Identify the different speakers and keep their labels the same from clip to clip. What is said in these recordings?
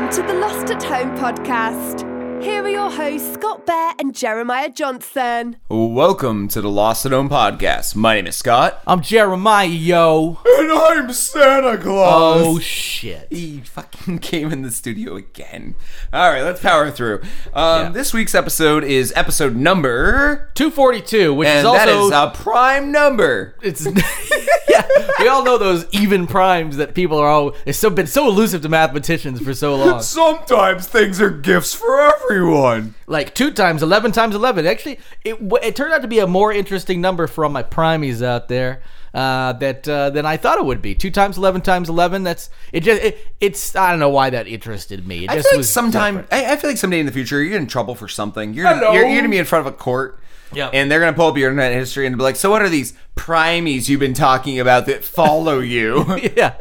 Speaker 1: Left at Home podcast. Here are your hosts, Scott Bear and Jeremiah Johnson.
Speaker 2: Welcome to the Lost at Home podcast. My name is Scott.
Speaker 3: I'm Jeremiah, yo.
Speaker 2: And I'm Santa Claus.
Speaker 3: Oh shit.
Speaker 2: he fucking came in the studio again. All right, let's power through. Um,
Speaker 3: Yeah.
Speaker 2: This week's episode is episode number,
Speaker 3: 242, which is
Speaker 2: and
Speaker 3: also
Speaker 2: that is a prime number.
Speaker 3: it's yeah. We all know those even primes that people are all. It's so been so elusive to mathematicians for so long.
Speaker 2: Sometimes things are gifts for everyone.
Speaker 3: Like two times eleven times eleven. Actually, it w- it turned out to be a more interesting number for all my primies out there uh, that uh, than I thought it would be. Two times eleven times eleven. That's it. Just it, it's I don't know why that interested me. It
Speaker 2: I
Speaker 3: just
Speaker 2: feel like
Speaker 3: was
Speaker 2: sometime.
Speaker 3: different.
Speaker 2: I, I feel like someday in the future you're in trouble for something. You're you're, you're gonna be in front of a court.
Speaker 3: Yeah.
Speaker 2: And they're gonna pull up your internet history and be like, "So what are these primies you've been talking about that follow you?" yeah,
Speaker 3: yeah.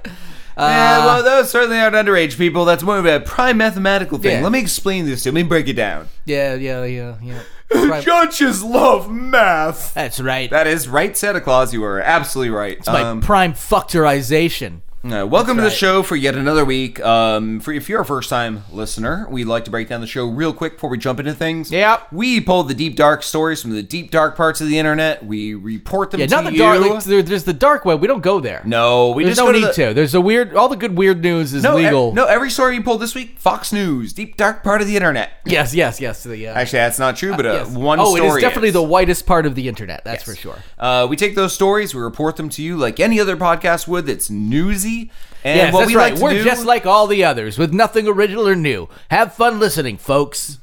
Speaker 3: Uh,
Speaker 2: well, those certainly aren't underage people. That's more of a prime mathematical thing.
Speaker 3: Yeah.
Speaker 2: Let me explain this to you. Let me break it down.
Speaker 3: Yeah, yeah, yeah, yeah. Prime-
Speaker 2: Judges love math.
Speaker 3: That's right.
Speaker 2: That is right, Santa Claus. You are absolutely right.
Speaker 3: It's my
Speaker 2: Um,
Speaker 3: prime fucterization.
Speaker 2: Uh, welcome to the
Speaker 3: That's
Speaker 2: show for yet another week. Um, for if you're a first-time listener, we'd like to break down the show real quick before we jump into things.
Speaker 3: Yep.
Speaker 2: we pulled the deep dark stories from the deep dark parts of the internet. We report them
Speaker 3: Yeah,
Speaker 2: to
Speaker 3: not the
Speaker 2: you.
Speaker 3: dark. like, there- there's the dark web. We don't go there.
Speaker 2: no, we
Speaker 3: there's
Speaker 2: just go
Speaker 3: no
Speaker 2: to
Speaker 3: need
Speaker 2: the-
Speaker 3: to. eh, There's a weird. All the good weird news is
Speaker 2: No, ev-
Speaker 3: legal.
Speaker 2: no, every story you pulled this week, Fox News, deep dark part of the internet.
Speaker 3: Yes, yes, yes. The, uh,
Speaker 2: Actually, that's not true, but uh,
Speaker 3: yes.
Speaker 2: one.
Speaker 3: Oh,
Speaker 2: story
Speaker 3: it is definitely
Speaker 2: is.
Speaker 3: the whitest part of the internet. That's for sure.
Speaker 2: Uh, we take those stories, we report them to you like any other podcast would. That's newsy, and
Speaker 3: yes,
Speaker 2: what
Speaker 3: that's
Speaker 2: we
Speaker 3: right.
Speaker 2: like to
Speaker 3: We're
Speaker 2: do-
Speaker 3: just like all the others, with nothing original or new. Have fun listening, folks.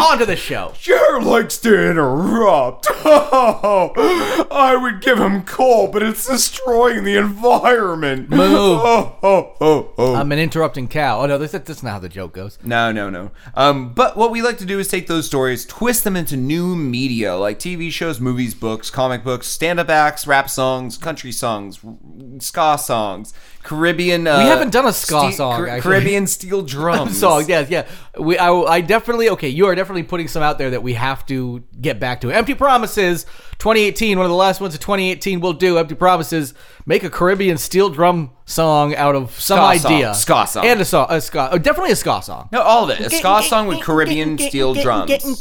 Speaker 3: On to the show.
Speaker 2: Jer likes to interrupt. Oh, I would give him coal, but it's destroying the environment. Oh, Move. oh.
Speaker 3: I'm an interrupting cow. Oh no, that's, that's not how the joke goes.
Speaker 2: No, no, no. Um, but what we like to do is take those stories, twist them into new media like TV shows, movies, books, comic books, stand up acts, rap songs, country songs, r- ska songs, Caribbean. Uh,
Speaker 3: haven't done a ska song, actually.
Speaker 2: Caribbean steel drums.
Speaker 3: song. Yes, yeah. We, I, I definitely okay. You are definitely putting some out there that we have to get back to. Empty Promises, 2018. One of the last ones of 2018. We'll do Empty Promises. Make a Caribbean steel drum song out of some
Speaker 2: Ska song.
Speaker 3: idea.
Speaker 2: Ska song.
Speaker 3: and a song. A ska. Oh, definitely a ska song.
Speaker 2: No, all of it. A ska song with Caribbean steel drums.
Speaker 3: That's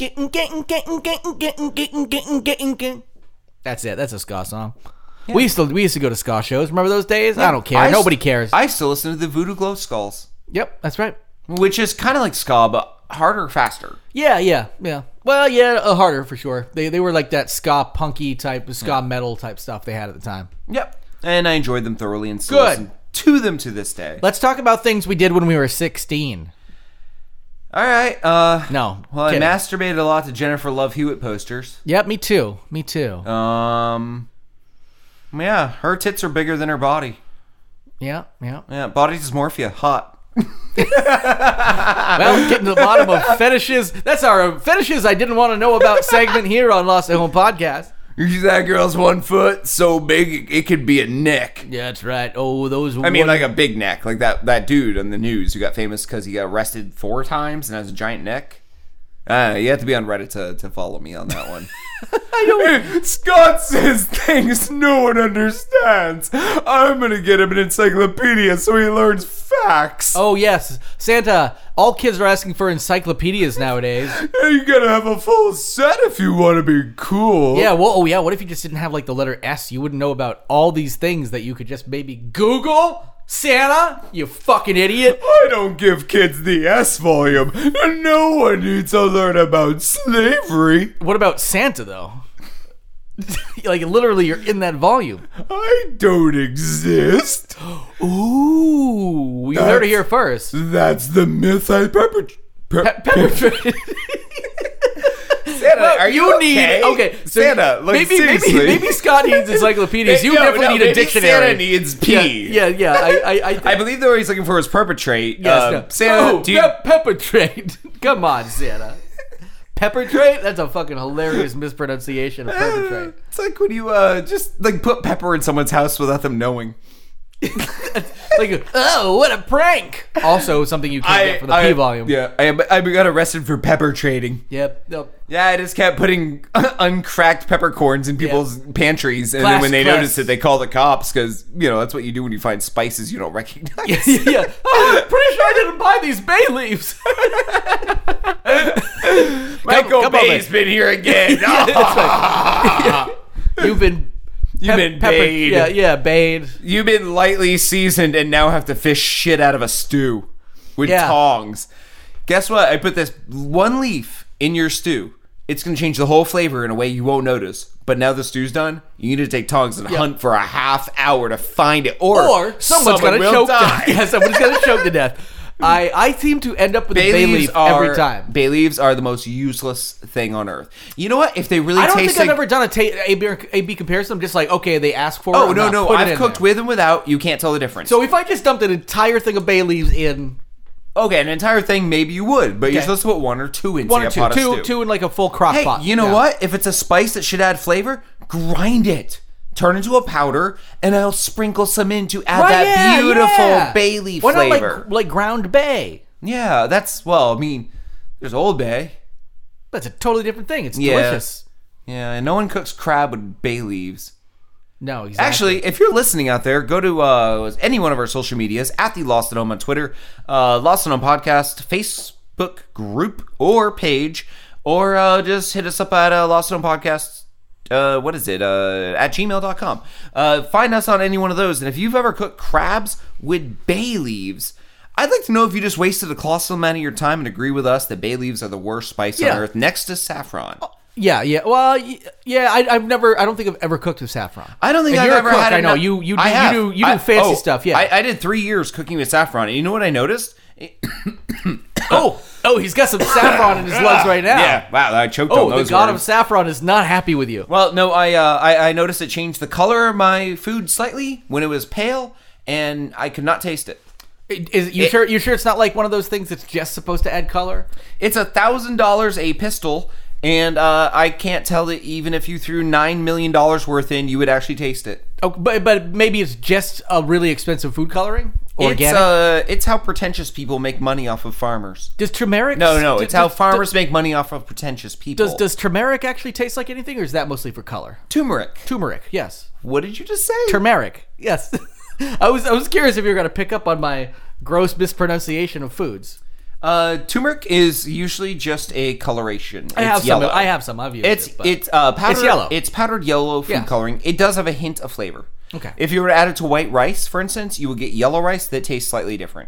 Speaker 3: it. That's a ska song. We used to we used to go to ska shows. Remember those days? I don't care.
Speaker 2: I s-
Speaker 3: Nobody cares.
Speaker 2: I still listen to the Voodoo Glow Skulls.
Speaker 3: yep, that's right.
Speaker 2: which is kind of like ska but harder faster
Speaker 3: Yeah, yeah, yeah. Well, yeah, uh, harder for sure. They they were like that ska punky type, ska metal type stuff they had at the time.
Speaker 2: yep and i enjoyed them thoroughly and still
Speaker 3: Good.
Speaker 2: listen to them to this day
Speaker 3: Let's talk about things we did when we were 16.
Speaker 2: all right uh
Speaker 3: No.
Speaker 2: well
Speaker 3: kidding.
Speaker 2: i masturbated a lot to jennifer love hewitt posters
Speaker 3: Yep, me too. Me too.
Speaker 2: um yeah her tits are bigger than her body
Speaker 3: yeah, yeah.
Speaker 2: yeah body dysmorphia hot
Speaker 3: Well, getting to the bottom of fetishes. That's our fetishes I didn't want to know about segment here on Lost at Home podcast.
Speaker 2: that girl's one foot so big it could be a neck
Speaker 3: Yeah, that's right. Oh, those.
Speaker 2: I mean, like a big neck, like that that dude on the news who got famous because he got arrested four times and has a giant neck. Uh, you have to be on Reddit to, to follow me on that one. Scott says things no one understands. I'm gonna get him an encyclopedia so he learns facts.
Speaker 3: Oh yes, Santa. All kids are asking for encyclopedias nowadays.
Speaker 2: You gotta have a full set if you want to be cool.
Speaker 3: Yeah, well, oh yeah. What if you just didn't have like the letter S? You wouldn't know about all these things that you could just maybe Google Santa. You fucking idiot.
Speaker 2: I don't give kids the S volume. No one needs to learn about slavery.
Speaker 3: What about Santa though? like literally, you're in that volume.
Speaker 2: I don't exist.
Speaker 3: Ooh, you heard it here first.
Speaker 2: That's the myth I perpetrated. Santa, are
Speaker 3: you need okay. So
Speaker 2: Santa, like
Speaker 3: maybe,
Speaker 2: seriously.
Speaker 3: maybe maybe Scott needs encyclopedias. You
Speaker 2: No,
Speaker 3: definitely
Speaker 2: no,
Speaker 3: need
Speaker 2: maybe
Speaker 3: a dictionary.
Speaker 2: Santa needs pee.
Speaker 3: yeah, yeah, yeah. I, I, I,
Speaker 2: I believe the word he's looking for is perpetrate.
Speaker 3: Yes,
Speaker 2: Uh,
Speaker 3: no.
Speaker 2: Santa,
Speaker 3: oh,
Speaker 2: do you-
Speaker 3: pe- pepper trade. Come on, Santa. Pepper trade? That's a fucking hilarious mispronunciation of pepper trade.
Speaker 2: it's like when you uh, just like put pepper in someone's house without them knowing.
Speaker 3: like, oh, what a prank! Also, something you can't get for the P volume.
Speaker 2: Yeah, I, I got arrested for pepper trading.
Speaker 3: Yep. Nope.
Speaker 2: Yeah, I just kept putting uncracked peppercorns in people's pantries, and then
Speaker 3: Class,
Speaker 2: when they
Speaker 3: class.
Speaker 2: noticed it, they call the cops because you know that's what you do when you find spices you don't recognize.
Speaker 3: yeah, yeah, yeah. Oh, I'm pretty sure I didn't buy these bay leaves.
Speaker 2: Michael
Speaker 3: come over.
Speaker 2: Bay's been here again.
Speaker 3: You've been
Speaker 2: You've
Speaker 3: pep-
Speaker 2: been
Speaker 3: pepper-
Speaker 2: paid.
Speaker 3: Yeah, yeah, bayed.
Speaker 2: You've been lightly seasoned and now have to fish shit out of a stew with
Speaker 3: Yeah.
Speaker 2: tongs. Guess what? I put this one leaf in your stew. It's going to change the whole flavor in a way you won't notice. But now the stew's done, you need to take tongs and hunt for a half hour to find it, or,
Speaker 3: Or someone's
Speaker 2: someone
Speaker 3: gonna
Speaker 2: will
Speaker 3: choke.
Speaker 2: die.
Speaker 3: To, yeah, someone's gonna choke to death. I I seem to end up with a bay leaf every time.
Speaker 2: Bay leaves are the most useless thing on earth. You know what? If they really
Speaker 3: I don't
Speaker 2: taste
Speaker 3: think I've
Speaker 2: like-
Speaker 3: ever done a ta- A, B, or- a B comparison. I'm just like, okay, they ask for it.
Speaker 2: Oh
Speaker 3: I'm
Speaker 2: no
Speaker 3: not
Speaker 2: no!
Speaker 3: putting it
Speaker 2: I've
Speaker 3: in
Speaker 2: cooked
Speaker 3: there.
Speaker 2: with and without. You can't tell the difference.
Speaker 3: So if I just dumped an entire thing of bay leaves in
Speaker 2: Okay, an entire thing, maybe you would, but you're
Speaker 3: Okay.
Speaker 2: supposed to put one or two into
Speaker 3: one
Speaker 2: a
Speaker 3: or two,
Speaker 2: pot of
Speaker 3: two,
Speaker 2: stew.
Speaker 3: two in like a full crock
Speaker 2: Hey,
Speaker 3: pot.
Speaker 2: you know
Speaker 3: Yeah.
Speaker 2: what? If it's a spice that should add flavor, grind it, turn into a powder, and I'll sprinkle some in to add
Speaker 3: Right,
Speaker 2: that
Speaker 3: yeah,
Speaker 2: beautiful
Speaker 3: yeah.
Speaker 2: bay leaf
Speaker 3: Why not
Speaker 2: flavor.
Speaker 3: like like ground bay?
Speaker 2: yeah, that's well. I mean, there's Old Bay.
Speaker 3: That's a totally different thing. It's
Speaker 2: Yeah.
Speaker 3: delicious.
Speaker 2: Yeah, and no one cooks crab with bay leaves.
Speaker 3: No, exactly.
Speaker 2: Actually, if you're listening out there, go to uh, any one of our social medias at the Lost and Home on Twitter, uh, Lost and Home Podcast Facebook group or page, or uh, just hit us up at uh, Lost and Home Podcast. Uh, what is it? Uh, at gmail.com. Uh, find us on any one of those. And if you've ever cooked crabs with bay leaves, I'd like to know if you just wasted a colossal amount of your time and agree with us that bay leaves are the worst spice
Speaker 3: Yeah. Oh,
Speaker 2: on earth next to saffron.
Speaker 3: yeah, yeah. Well, y- yeah. I, I've never. I don't think I've ever cooked with saffron.
Speaker 2: I don't think
Speaker 3: And
Speaker 2: I've
Speaker 3: you're a
Speaker 2: ever
Speaker 3: cook,
Speaker 2: had.
Speaker 3: I know
Speaker 2: enough-
Speaker 3: you. You do.
Speaker 2: I have.
Speaker 3: You do. You do
Speaker 2: I-
Speaker 3: fancy
Speaker 2: oh,
Speaker 3: stuff. Yeah.
Speaker 2: I, I did three years cooking with saffron, and you know what I noticed?
Speaker 3: oh, oh, he's got some saffron in his lugs right now.
Speaker 2: Yeah, wow, I choked on
Speaker 3: Oh, the
Speaker 2: those.
Speaker 3: god of
Speaker 2: words.
Speaker 3: saffron is not happy with you.
Speaker 2: well, no, I, uh, I I noticed it changed the color of my food slightly when it was pale, and I could not taste it.
Speaker 3: Is you sure? You sure it's not like one of those things that's just supposed to add color?
Speaker 2: It's a thousand dollars a pistol, and uh, I can't tell that even if you threw nine million dollars worth in, you would actually taste it.
Speaker 3: Oh, but but maybe it's just a really expensive food coloring. Organic.
Speaker 2: It's uh, it's how pretentious people make money off of farmers.
Speaker 3: does turmeric?
Speaker 2: No, no,
Speaker 3: d-
Speaker 2: it's how
Speaker 3: d- d-
Speaker 2: farmers make money off of pretentious people.
Speaker 3: Does does turmeric actually taste like anything, or is that mostly for color?
Speaker 2: turmeric?
Speaker 3: Turmeric, yes.
Speaker 2: What did you just say?
Speaker 3: Turmeric, yes. I was I was curious if you were going to pick up on my gross mispronunciation of foods.
Speaker 2: uh, turmeric is usually just a coloration.
Speaker 3: I
Speaker 2: it's
Speaker 3: have
Speaker 2: yellow.
Speaker 3: some. I have some. I've used
Speaker 2: It's
Speaker 3: it. but-
Speaker 2: it's uh powdered.
Speaker 3: yellow.
Speaker 2: It's powdered yellow food
Speaker 3: Yeah.
Speaker 2: coloring. It does have a hint of flavor.
Speaker 3: Okay.
Speaker 2: If you were to add it to white rice, for instance, you would get yellow rice that tastes slightly different.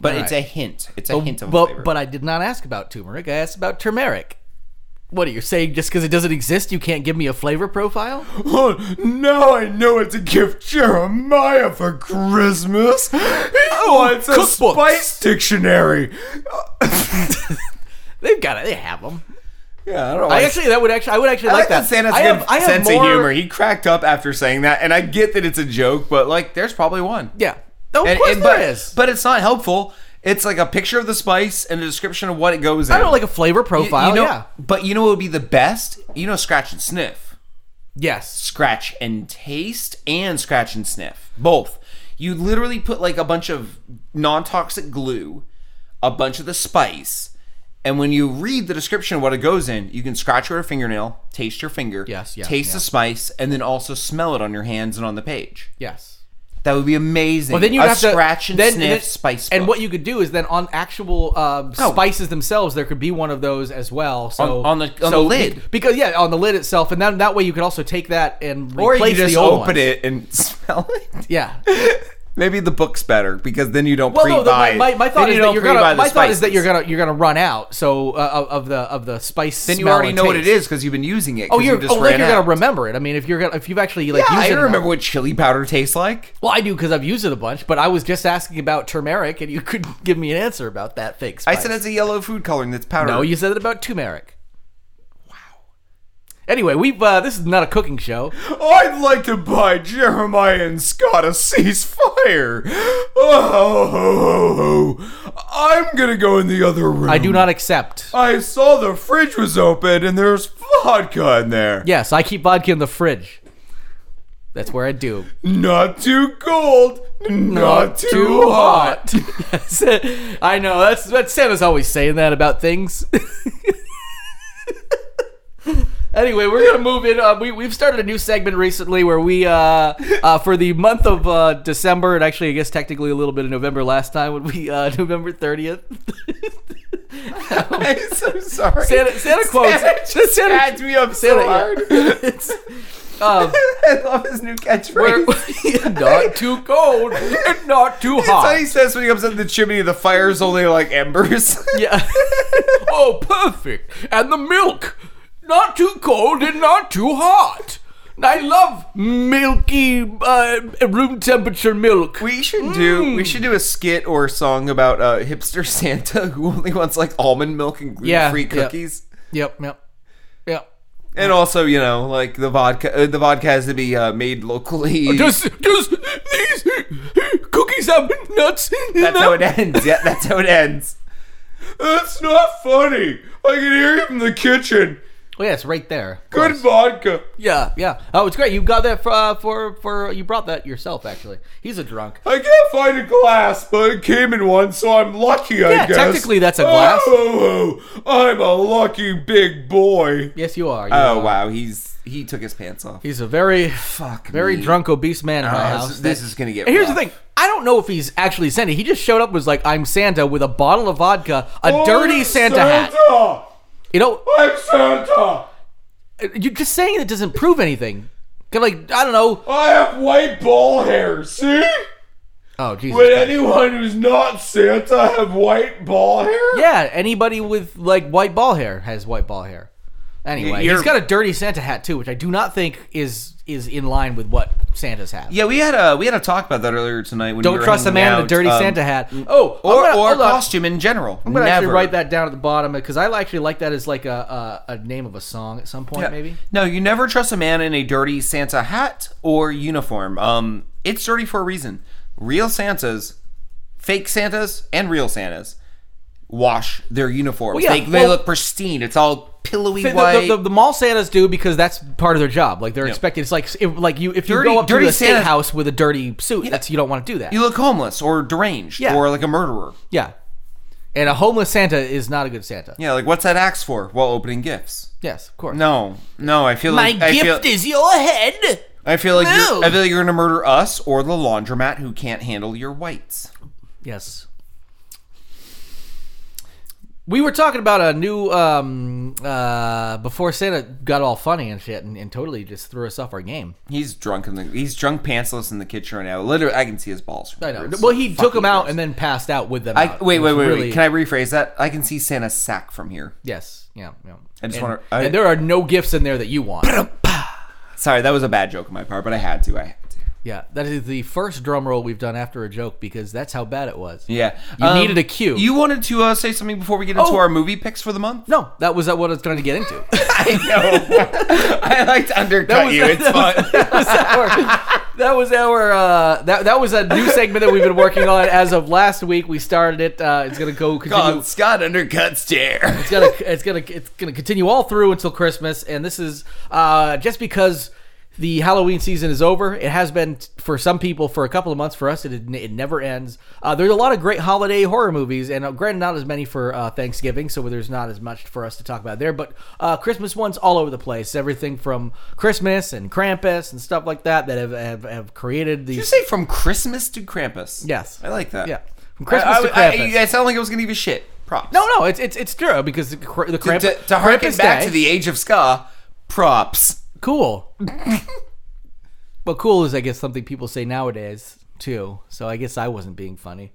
Speaker 2: But it's a
Speaker 3: Alright.
Speaker 2: hint. It's a hint of flavor.
Speaker 3: but but I did not ask about turmeric. I asked about turmeric. What are you saying? Just because it doesn't exist, you can't give me a flavor profile?
Speaker 2: oh, now I know what to give Jeremiah for Christmas. He wants
Speaker 3: a cookbooks. spice
Speaker 2: dictionary.
Speaker 3: They've got it. They have them.
Speaker 2: Yeah, I don't.
Speaker 3: I actually, that would actually, I would actually like, that.
Speaker 2: Santa's
Speaker 3: I
Speaker 2: good
Speaker 3: have- I have
Speaker 2: sense
Speaker 3: more-
Speaker 2: of humor. He cracked up after saying that, and I get that it's a joke, but like, there's probably one.
Speaker 3: Yeah. No, of
Speaker 2: And-
Speaker 3: course
Speaker 2: and-
Speaker 3: there
Speaker 2: but,
Speaker 3: is.
Speaker 2: But it's not helpful. It's like a picture of the spice and a description of what it goes in.
Speaker 3: I don't like a flavor
Speaker 2: You- you
Speaker 3: profile.
Speaker 2: know-
Speaker 3: yeah.
Speaker 2: But you know what would be the best? You know, scratch and sniff,
Speaker 3: Yes.
Speaker 2: scratch and taste, and scratch and sniff, both. You literally put like a bunch of non-toxic glue, a bunch of the spice. And when you read the description of what it goes in, you can scratch your fingernail, taste your finger,
Speaker 3: Yes, yeah,
Speaker 2: taste
Speaker 3: yeah.
Speaker 2: the spice, and then also smell it on your hands and on the page.
Speaker 3: Yes.
Speaker 2: That would be amazing.
Speaker 3: Well, then you'd
Speaker 2: a
Speaker 3: have to
Speaker 2: scratch and
Speaker 3: then-
Speaker 2: sniff
Speaker 3: then-
Speaker 2: spice.
Speaker 3: And
Speaker 2: book. Oh.
Speaker 3: what you could do is then on actual uh, spices themselves, there could be one of those as well. So
Speaker 2: On- on the- on
Speaker 3: so
Speaker 2: the lid.
Speaker 3: be- because yeah, on the lid itself, and then that way you could also take that and
Speaker 2: or
Speaker 3: replace
Speaker 2: you just
Speaker 3: the old
Speaker 2: open
Speaker 3: ones.
Speaker 2: it and smell it.
Speaker 3: Yeah.
Speaker 2: Maybe the book's better because then you don't
Speaker 3: Well, no. The,
Speaker 2: pre-buy.
Speaker 3: my, my, my
Speaker 2: it.
Speaker 3: thought
Speaker 2: Then
Speaker 3: is
Speaker 2: you
Speaker 3: that
Speaker 2: don't
Speaker 3: you're gonna.
Speaker 2: pre-buy
Speaker 3: My
Speaker 2: the
Speaker 3: thought is
Speaker 2: spices.
Speaker 3: that you're gonna you're gonna run out. So uh, of, of the of the spice.
Speaker 2: Then you
Speaker 3: smell
Speaker 2: already
Speaker 3: and
Speaker 2: know what it
Speaker 3: taste.
Speaker 2: is because you've been using it.
Speaker 3: Oh,
Speaker 2: 'cause you
Speaker 3: you're
Speaker 2: just
Speaker 3: oh, like
Speaker 2: ran
Speaker 3: you're
Speaker 2: out.
Speaker 3: gonna remember it. I mean, if you're gonna if you've actually like
Speaker 2: Yeah,
Speaker 3: used
Speaker 2: I
Speaker 3: it enough.
Speaker 2: remember what chili powder tastes like.
Speaker 3: Well, I do because I've used it a bunch, but I was just asking about turmeric, and you couldn't give me an answer about that fake
Speaker 2: I
Speaker 3: spice.
Speaker 2: said it's a yellow food coloring that's powdered.
Speaker 3: no. You said it about turmeric. Wow. Anyway, we've uh, this is not a cooking show.
Speaker 2: I'd like to buy Jeremiah and Scott a ceasefire. Oh, I'm gonna go in the other room.
Speaker 3: I do not accept.
Speaker 2: I saw the fridge was open and there's vodka in there.
Speaker 3: Yes, I keep vodka in the fridge. That's where I do.
Speaker 2: Not too cold, not too, hot.
Speaker 3: Yes. I know. That's that Santa's always saying that about things. anyway, we're gonna move in. Uh, we we've started a new segment recently where we uh, uh, for the month of uh, December and actually I guess technically a little bit of November last time when we uh, November thirtieth.
Speaker 2: I'm so sorry.
Speaker 3: Santa- Santa quotes-
Speaker 2: Santa just
Speaker 3: Santa-
Speaker 2: cracked me up so
Speaker 3: Santa-
Speaker 2: hard.
Speaker 3: it's um,
Speaker 2: I love his new
Speaker 3: we're-
Speaker 2: catchphrase.
Speaker 3: not too cold and not too
Speaker 2: That's how
Speaker 3: hot.
Speaker 2: he says when he comes up the chimney. The fire's only like embers.
Speaker 3: Yeah. oh, perfect. And the milk. Not too cold and not too hot. I love milky uh, room temperature milk.
Speaker 2: We should do we should do a skit or a song about uh, hipster Santa who only wants like almond milk and gluten free
Speaker 3: yeah.
Speaker 2: cookies.
Speaker 3: yep, yep. Yep.
Speaker 2: And also, you know, like the vodka, uh, the vodka has to be uh, made locally.
Speaker 3: Just just these cookies have nuts. in
Speaker 2: that's
Speaker 3: them.
Speaker 2: how it ends. Yeah, that's how it ends. That's not funny. I can hear you from the kitchen.
Speaker 3: Oh, yeah, it's right there.
Speaker 2: Good vodka.
Speaker 3: Yeah, yeah. Oh, it's great. You got that for, uh, for for you brought that yourself actually. He's a drunk.
Speaker 2: I can't find a glass, but it came in one, so I'm lucky.
Speaker 3: Yeah, guess. technically that's a glass.
Speaker 2: Oh, I'm a lucky big boy.
Speaker 3: Yes, you are. You
Speaker 2: Oh
Speaker 3: are.
Speaker 2: wow, he's he took his pants off.
Speaker 3: He's a very
Speaker 2: Fuck
Speaker 3: very
Speaker 2: me.
Speaker 3: drunk obese man in my
Speaker 2: Oh,
Speaker 3: house.
Speaker 2: this- this is gonna get.
Speaker 3: And here's
Speaker 2: rough.
Speaker 3: the thing. I don't know if he's actually Santa. He just showed up and was like, "I'm Santa" with a bottle of vodka, a
Speaker 2: Oh,
Speaker 3: dirty Santa, hat.
Speaker 2: hat.
Speaker 3: You know,
Speaker 2: I'm Santa.
Speaker 3: you're just saying it doesn't prove anything. 'Cause, like, I don't know.
Speaker 2: I have white ball hair. See?
Speaker 3: Oh Jesus.
Speaker 2: Would
Speaker 3: Christ.
Speaker 2: anyone who's not Santa have white ball hair?
Speaker 3: Yeah, anybody with like white ball hair has white ball hair. Anyway,
Speaker 2: You're-
Speaker 3: he's got a dirty Santa hat too, which I do not think is is in line with what Santas have.
Speaker 2: Yeah, we had a we had a talk about that earlier tonight. When we
Speaker 3: Don't
Speaker 2: were
Speaker 3: trust a
Speaker 2: hanging
Speaker 3: man in a
Speaker 2: out,
Speaker 3: dirty
Speaker 2: um,
Speaker 3: Santa hat. Oh, I'm
Speaker 2: or
Speaker 3: gonna-
Speaker 2: or
Speaker 3: hold on.
Speaker 2: costume in general.
Speaker 3: I'm gonna
Speaker 2: Never.
Speaker 3: actually write that down at the bottom because I actually like that as like a, a a name of a song at some point,
Speaker 2: Yeah.
Speaker 3: maybe.
Speaker 2: No, you never trust a man in a dirty Santa hat or uniform. Um, it's dirty for a reason. Real Santas, fake Santas, and real Santas wash their uniforms.
Speaker 3: Well, yeah,
Speaker 2: they, they
Speaker 3: well-
Speaker 2: look pristine. It's all pillowy
Speaker 3: The-
Speaker 2: white.
Speaker 3: The, the, the mall Santas do because that's part of their job. Like they're expected. It's like if, like you if you
Speaker 2: Dirty-
Speaker 3: go up
Speaker 2: dirty
Speaker 3: to the state
Speaker 2: Santas-
Speaker 3: house with a dirty suit, that's you don't want to do that.
Speaker 2: you look homeless or deranged
Speaker 3: Yeah.
Speaker 2: or like a murderer.
Speaker 3: yeah, and a homeless Santa is not a good Santa.
Speaker 2: Yeah, like what's that axe for? Well, opening gifts.
Speaker 3: Yes, of course.
Speaker 2: No, no, I feel like I feel,
Speaker 3: is your head.
Speaker 2: I feel like
Speaker 3: No.
Speaker 2: you're, I feel like you're gonna murder us or the laundromat who can't handle your whites.
Speaker 3: Yes. We were talking about a new um uh before Santa got all funny and shit and, and totally just threw us off our game.
Speaker 2: He's drunk in the he's drunk pantsless in the kitchen right now. Literally, I can see his balls. From
Speaker 3: I know.
Speaker 2: here. It's
Speaker 3: Well, he took
Speaker 2: fucking
Speaker 3: them out
Speaker 2: gross.
Speaker 3: and then passed out with them.
Speaker 2: I,
Speaker 3: out.
Speaker 2: wait,
Speaker 3: It
Speaker 2: wait,
Speaker 3: was
Speaker 2: wait,
Speaker 3: really-
Speaker 2: wait. Can I rephrase that? I can see Santa's sack from here.
Speaker 3: Yes. Yeah. yeah.
Speaker 2: I just
Speaker 3: and,
Speaker 2: wanna- I-
Speaker 3: and there are no gifts in there that you want.
Speaker 2: Sorry, that was a bad joke on my part, but I had to. I had to.
Speaker 3: yeah, that is the first drum roll we've done after a joke because that's how bad it was.
Speaker 2: Yeah, Um,
Speaker 3: You needed a cue.
Speaker 2: You wanted to uh, say something before we get into
Speaker 3: Oh.
Speaker 2: our movie picks for the month.
Speaker 3: No, that was uh, what I was trying to get into.
Speaker 2: I know. I like to undercut
Speaker 3: was-
Speaker 2: you. It's fun.
Speaker 3: that was our, that was our uh, that that was a new segment that we've been working on as of last week. We started it. Uh, it's gonna go continue.
Speaker 2: God, Scott undercuts dare.
Speaker 3: It's gonna it's gonna it's gonna continue all through until Christmas. And this is uh, just because the Halloween season is over. It has been for some people for a couple of months. For us, it it never ends. Uh, there's a lot of great holiday horror movies, and uh, granted, not as many for uh, Thanksgiving, so there's not as much for us to talk about there. But uh, Christmas ones all over the place. Everything from Christmas and Krampus and stuff like that that have have, have created
Speaker 2: You
Speaker 3: these.
Speaker 2: say from Christmas to Krampus.
Speaker 3: Yes.
Speaker 2: I like that.
Speaker 3: Yeah. From Christmas
Speaker 2: I,
Speaker 3: to
Speaker 2: I- I-
Speaker 3: Krampus.
Speaker 2: I sound like I was gonna give you shit. Props.
Speaker 3: No, no, it's it's it's true because the, Kr- the Kramp-
Speaker 2: to, to harken
Speaker 3: Krampus
Speaker 2: back
Speaker 3: Day-
Speaker 2: to the age of ska, props.
Speaker 3: Cool. well, cool is, I guess, something people say nowadays too. So I guess I wasn't being funny.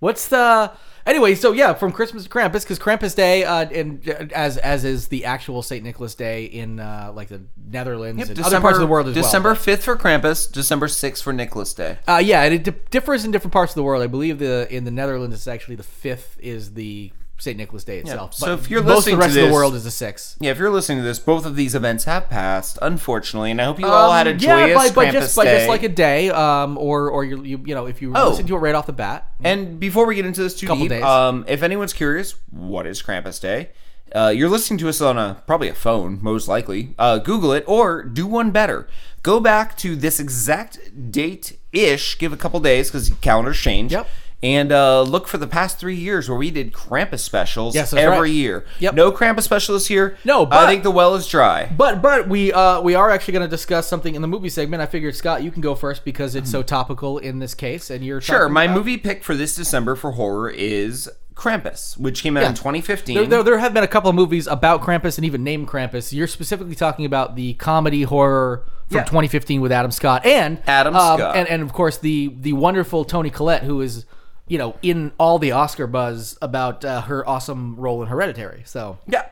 Speaker 3: What's the anyway? So yeah, from Christmas to Krampus, because Krampus Day, uh, and uh, as as is the actual Saint Nicholas Day in uh, like the Netherlands and other parts of the world as
Speaker 2: December
Speaker 3: well.
Speaker 2: 5th for Krampus, December 6th for Nicholas Day.
Speaker 3: Uh, yeah, and it di- differs in different parts of the world. I believe the in the Netherlands it's actually the fifth is the St. Nicholas Day itself.
Speaker 2: So
Speaker 3: But
Speaker 2: if you're
Speaker 3: most
Speaker 2: listening
Speaker 3: of the rest
Speaker 2: to
Speaker 3: of
Speaker 2: this-
Speaker 3: the world is a six.
Speaker 2: Yeah, if you're listening to this, both of these events have passed, unfortunately, and I hope you all had a
Speaker 3: Um,
Speaker 2: joyous
Speaker 3: yeah, but, but
Speaker 2: Krampus
Speaker 3: just but just
Speaker 2: day.
Speaker 3: like a day, um, or or you you, you know if you
Speaker 2: Oh.
Speaker 3: listen to it right off the bat,
Speaker 2: And before we get into this too
Speaker 3: Couple
Speaker 2: deep,
Speaker 3: days.
Speaker 2: um, if anyone's curious, what is Krampus Day? Uh, you're listening to us on a probably a phone, most likely. Uh, Google it or do one better. Go back to this exact date ish. Give a couple days because calendars change.
Speaker 3: Yep.
Speaker 2: And uh, look for the past three years where we did Krampus specials
Speaker 3: Yes, that's
Speaker 2: every
Speaker 3: right.
Speaker 2: year.
Speaker 3: Yep.
Speaker 2: No Krampus special this year.
Speaker 3: No,
Speaker 2: I
Speaker 3: but-
Speaker 2: think the well is dry.
Speaker 3: But but we uh, we are actually going to discuss something in the movie segment. I figured Scott, you can go first because it's so topical in this case, and you're
Speaker 2: Sure,
Speaker 3: talking
Speaker 2: my
Speaker 3: about-
Speaker 2: movie pick for this December for horror is Krampus, which came out in
Speaker 3: Yeah.
Speaker 2: 2015.
Speaker 3: There, there, there have been a couple of movies about Krampus and even named Krampus. You're specifically talking about the comedy horror from
Speaker 2: Yeah.
Speaker 3: 2015 with Adam Scott and um,
Speaker 2: Adam Scott.
Speaker 3: and and of course the the wonderful Tony Collette, who is you know in all the Oscar buzz about uh, her awesome role in Hereditary. So
Speaker 2: Yeah.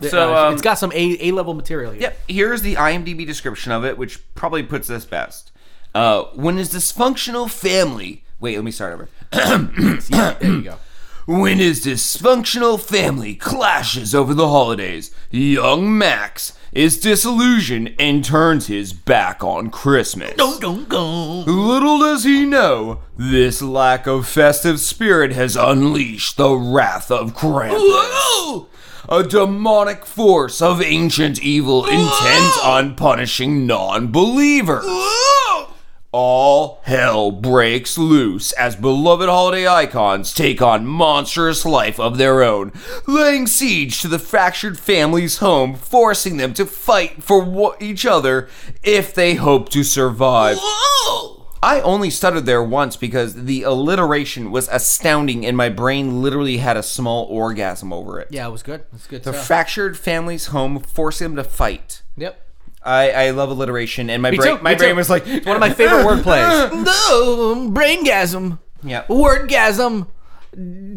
Speaker 3: so
Speaker 2: So um,
Speaker 3: uh, it's got some A A level material here.
Speaker 2: Yep. Here's the IMDb description of it, which probably puts this best. Uh, when his dysfunctional family. Wait, let me start over.
Speaker 3: Yeah, there you go.
Speaker 2: When his dysfunctional family clashes over the holidays, young Max is disillusioned and turns his back on Christmas. Little does he know, this lack of festive spirit has unleashed the wrath of Krampus. A demonic force of ancient evil intent on punishing non believers. All hell breaks loose as beloved holiday icons take on monstrous life of their own, laying siege to the fractured family's home, forcing them to fight for wha- each other if they hope to survive. I only stuttered there once because the alliteration was astounding and my brain literally had a small orgasm over it.
Speaker 3: Yeah, it was good. It's good
Speaker 2: The
Speaker 3: stuff.
Speaker 2: fractured family's home forcing them to fight.
Speaker 3: yep.
Speaker 2: I, I love alliteration, and my
Speaker 3: Me
Speaker 2: brain
Speaker 3: too,
Speaker 2: my
Speaker 3: me
Speaker 2: brain
Speaker 3: too.
Speaker 2: was like
Speaker 3: It's one of my favorite word plays. No, braingasm.
Speaker 2: Yeah.
Speaker 3: Wordgasm.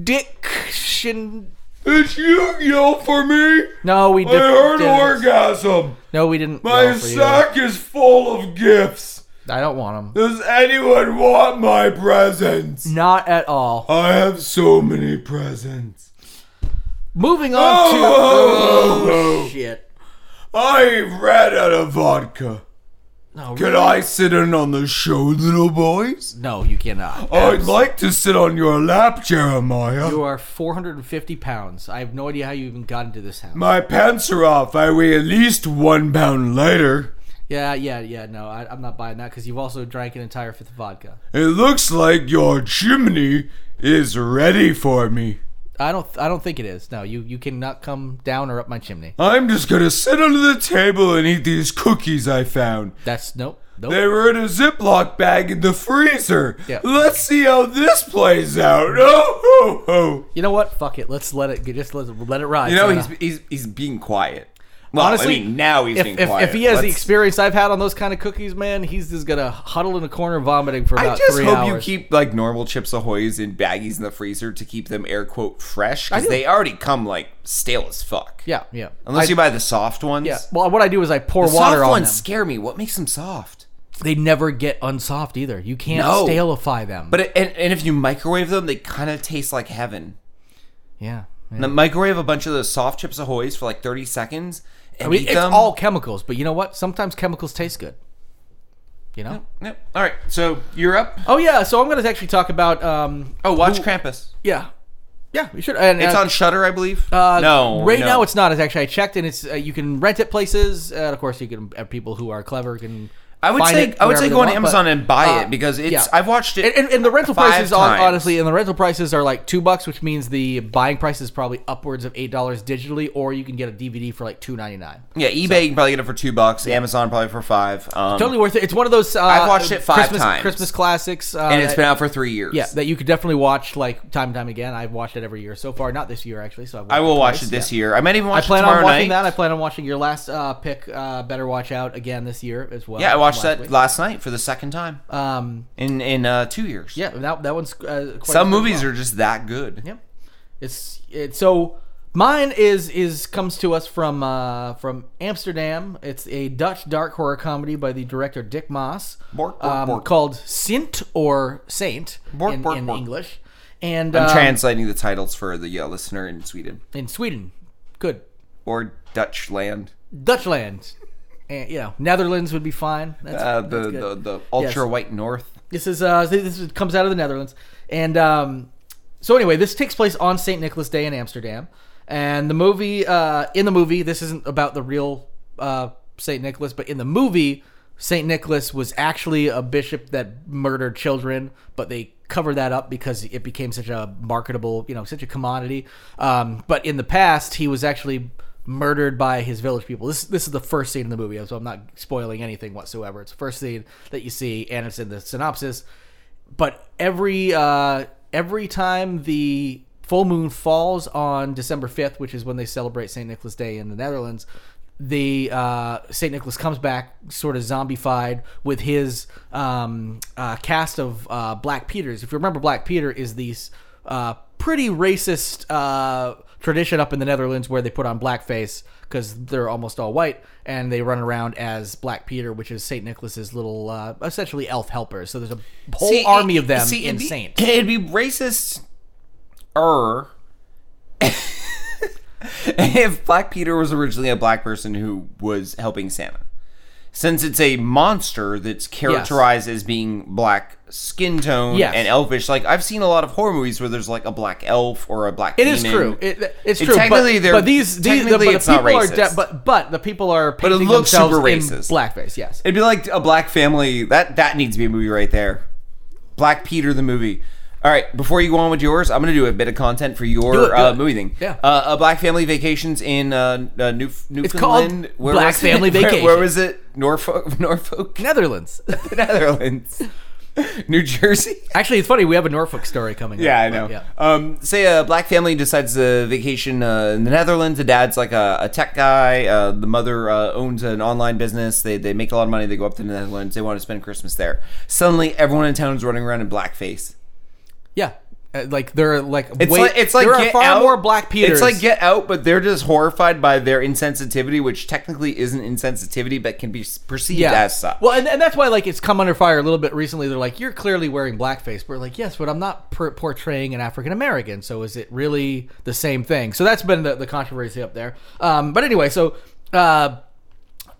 Speaker 3: Diction.
Speaker 2: It's you yell for me.
Speaker 3: No, we didn't.
Speaker 2: orgasm.
Speaker 3: No, we didn't. go for you. I
Speaker 2: is full of gifts.
Speaker 3: don't want them.
Speaker 2: Does anyone want my presents?
Speaker 3: Not at all.
Speaker 2: I have so many presents.
Speaker 3: Moving on to. Oh, shit.
Speaker 2: I ran out of vodka.
Speaker 3: No,
Speaker 2: Can I sit in on the show, little boys?
Speaker 3: no, you cannot.
Speaker 2: Oh, I'd like to sit on your lap, Jeremiah.
Speaker 3: You are 450 pounds. I have no idea how you even got into this house.
Speaker 2: My pants are off. I weigh at least one pound lighter.
Speaker 3: Yeah, yeah, yeah. No, I, I'm not buying that because you've also drank an entire fifth of vodka.
Speaker 2: It looks like your chimney is ready for me.
Speaker 3: I don't. I don't think it is. No, you you cannot come down or up my chimney.
Speaker 2: I'm just gonna sit under the table and eat these cookies I found.
Speaker 3: That's nope. Nope.
Speaker 2: They were in a Ziploc bag in the freezer.
Speaker 3: Yeah.
Speaker 2: Let's see how this plays out. Oh, ho, ho.
Speaker 3: You know what? Fuck it. Let's let it get- just let, let it ride.
Speaker 2: You know,
Speaker 3: Santa.
Speaker 2: he's, he's, he's being quiet. Well,
Speaker 3: Honestly,
Speaker 2: I mean, now he's
Speaker 3: if,
Speaker 2: being
Speaker 3: if,
Speaker 2: quiet.
Speaker 3: if he has the
Speaker 2: Let's-
Speaker 3: experience I've had on those kind of cookies, man, he's just gonna huddle in a corner vomiting for
Speaker 2: I
Speaker 3: about
Speaker 2: just
Speaker 3: three
Speaker 2: hope
Speaker 3: hours.
Speaker 2: you keep like normal Chips Ahoy's in baggies in the freezer to keep them air quote fresh
Speaker 3: I
Speaker 2: because
Speaker 3: do.
Speaker 2: they already come like stale as fuck.
Speaker 3: yeah, yeah.
Speaker 2: Unless
Speaker 3: I-
Speaker 2: you buy the soft ones.
Speaker 3: yeah. Well, what I do is I pour water
Speaker 2: soft
Speaker 3: on
Speaker 2: ones
Speaker 3: them.
Speaker 2: scare me. What makes them soft?
Speaker 3: They never get unsoft either. You can't
Speaker 2: No.
Speaker 3: staleify them.
Speaker 2: But it, and, and if you microwave them, they kind of taste like heaven.
Speaker 3: yeah, yeah.
Speaker 2: Now, microwave a bunch of those soft Chips Ahoy's for like 30 seconds and
Speaker 3: I mean,
Speaker 2: eat
Speaker 3: it's
Speaker 2: them.
Speaker 3: all chemicals. But you know what? Sometimes chemicals taste good. You know.
Speaker 2: Yep. All right. So you're up.
Speaker 3: Oh yeah. So I'm gonna actually talk about. um
Speaker 2: Oh, watch Krampus.
Speaker 3: Yeah. Yeah, we should. And,
Speaker 2: It's
Speaker 3: uh,
Speaker 2: on Shutter, I believe.
Speaker 3: Uh,
Speaker 2: no.
Speaker 3: right
Speaker 2: no.
Speaker 3: now it's not. It's actually I checked, and it's uh, you can rent it places. Uh, and of course, you can uh, people who are clever can.
Speaker 2: I would
Speaker 3: find
Speaker 2: say
Speaker 3: it
Speaker 2: I would
Speaker 3: wherever
Speaker 2: say
Speaker 3: they
Speaker 2: go on
Speaker 3: want,
Speaker 2: Amazon
Speaker 3: but,
Speaker 2: and buy
Speaker 3: uh,
Speaker 2: it because it's
Speaker 3: yeah.
Speaker 2: I've watched it
Speaker 3: And, and, and the rental
Speaker 2: five
Speaker 3: prices, hon-
Speaker 2: times.
Speaker 3: honestly, and the rental prices are like two bucks, which means the buying price is probably upwards of eight dollars digitally, or you can get a DVD for like two ninety nine.
Speaker 2: Yeah, eBay you can probably get it for two bucks. Amazon probably for five. Um,
Speaker 3: Totally worth it. It's one of those. Uh,
Speaker 2: I've watched it five
Speaker 3: Christmas,
Speaker 2: times.
Speaker 3: Christmas classics, uh,
Speaker 2: and it's
Speaker 3: that-
Speaker 2: been out for three years.
Speaker 3: yeah that you could definitely watch like time and time again. I've watched it every year so far. Not this year actually. So I've
Speaker 2: I will watch
Speaker 3: twice,
Speaker 2: it
Speaker 3: yeah.
Speaker 2: this year. I might even
Speaker 3: I
Speaker 2: watch it
Speaker 3: plan
Speaker 2: tomorrow
Speaker 3: on watching
Speaker 2: night.
Speaker 3: that. I plan on watching your last uh, pick. Uh, Better watch out again this year as well.
Speaker 2: yeah, I watched
Speaker 3: Last
Speaker 2: that
Speaker 3: week.
Speaker 2: last night for the second time
Speaker 3: Um,
Speaker 2: in in uh, two years.
Speaker 3: yeah, that, that one's uh, quite
Speaker 2: some movies are just that good.
Speaker 3: Yeah, it's it's so mine is is comes to us from uh, from Amsterdam. It's a Dutch dark horror comedy by the director Dick Maas
Speaker 2: Bork, bork,
Speaker 3: um,
Speaker 2: bork.
Speaker 3: called Sint or Saint
Speaker 2: Bork,
Speaker 3: in,
Speaker 2: bork,
Speaker 3: in
Speaker 2: bork.
Speaker 3: English. and
Speaker 2: I'm
Speaker 3: um,
Speaker 2: translating the titles for the uh, listener in Sweden
Speaker 3: in Sweden. Good.
Speaker 2: or Dutch land.
Speaker 3: Dutchland. And, you know, Netherlands would be fine. That's,
Speaker 2: Uh,
Speaker 3: that's
Speaker 2: the,
Speaker 3: good.
Speaker 2: the the ultra white north.
Speaker 3: This is uh, this is, comes out of the Netherlands, and um, so anyway, this takes place on Saint Nicholas Day in Amsterdam, and the movie uh, in the movie this isn't about the real uh, Saint Nicholas, but in the movie Saint Nicholas was actually a bishop that murdered children, but they cover that up because it became such a marketable, you know, such a commodity. Um, but in the past, he was actually murdered by his village people. This this is the first scene in the movie, so I'm not spoiling anything whatsoever. It's the first scene that you see, and it's in the synopsis. But every uh, every time the full moon falls on December 5th, which is when they celebrate Saint Nicholas Day in the Netherlands, the uh, Saint Nicholas comes back, sort of zombified, with his um, uh, cast of uh, Black Peters. If you remember, Black Peter is these uh, pretty racist uh, tradition up in the Netherlands where they put on blackface because they're almost all white and they run around as Black Peter, which is Saint Nicholas's little, uh, essentially elf helper. So there's a whole
Speaker 2: See,
Speaker 3: army
Speaker 2: it-
Speaker 3: of them
Speaker 2: see,
Speaker 3: in
Speaker 2: it'd be-
Speaker 3: Saint.
Speaker 2: It'd be racist er if Black Peter was originally a black person who was helping Santa. Since it's a monster that's characterized as being black skin tone
Speaker 3: Yes.
Speaker 2: and elfish, like I've seen a lot of horror movies where there's like a black elf or a black.
Speaker 3: It is
Speaker 2: demon.
Speaker 3: true. It, it's
Speaker 2: And
Speaker 3: true.
Speaker 2: technically
Speaker 3: but,
Speaker 2: they're-
Speaker 3: but these, these the,
Speaker 2: technically
Speaker 3: but the
Speaker 2: it's not
Speaker 3: people are
Speaker 2: racist.
Speaker 3: but but the people are painting
Speaker 2: looks
Speaker 3: themselves
Speaker 2: super
Speaker 3: in
Speaker 2: racist.
Speaker 3: blackface. Yes,
Speaker 2: It'd be like a black family. That that needs to be a movie right there. Black Peter the movie. All right, before you go on with yours, I'm gonna do a bit of content for your
Speaker 3: Do it, do
Speaker 2: uh,
Speaker 3: it.
Speaker 2: movie thing.
Speaker 3: Yeah.
Speaker 2: uh, a Black Family Vacations in uh, uh, New
Speaker 3: called
Speaker 2: Newfoundland.
Speaker 3: Black
Speaker 2: was it?
Speaker 3: Family
Speaker 2: Where- Where,
Speaker 3: Vacation.
Speaker 2: was it? Norfolk, Norfolk,
Speaker 3: Netherlands.
Speaker 2: the Netherlands, New Jersey.
Speaker 3: Actually, it's funny. We have a Norfolk story coming.
Speaker 2: Yeah, I
Speaker 3: up, but
Speaker 2: know.
Speaker 3: yeah.
Speaker 2: Um, say a black family decides to vacation uh, in the Netherlands. The dad's like a, a tech guy. Uh, the mother uh, owns an online business. They, they make a lot of money. They go up to the Netherlands. They want to spend Christmas there. Suddenly, everyone in town is running around in blackface.
Speaker 3: Yeah. Uh, like they're like
Speaker 2: It's
Speaker 3: wait,
Speaker 2: like it's like
Speaker 3: there are
Speaker 2: Get
Speaker 3: far
Speaker 2: Out.
Speaker 3: more black Peters.
Speaker 2: It's like Get Out, but they're just horrified by their insensitivity, which technically isn't insensitivity, but can be s- perceived as such.
Speaker 3: Well, and, and that's why like it's come under fire a little bit recently. They're like, you're clearly wearing blackface. We're like, yes, but I'm not per- portraying an African American. So is it really the same thing? So that's been the, the controversy up there. Um, but anyway, so. Uh,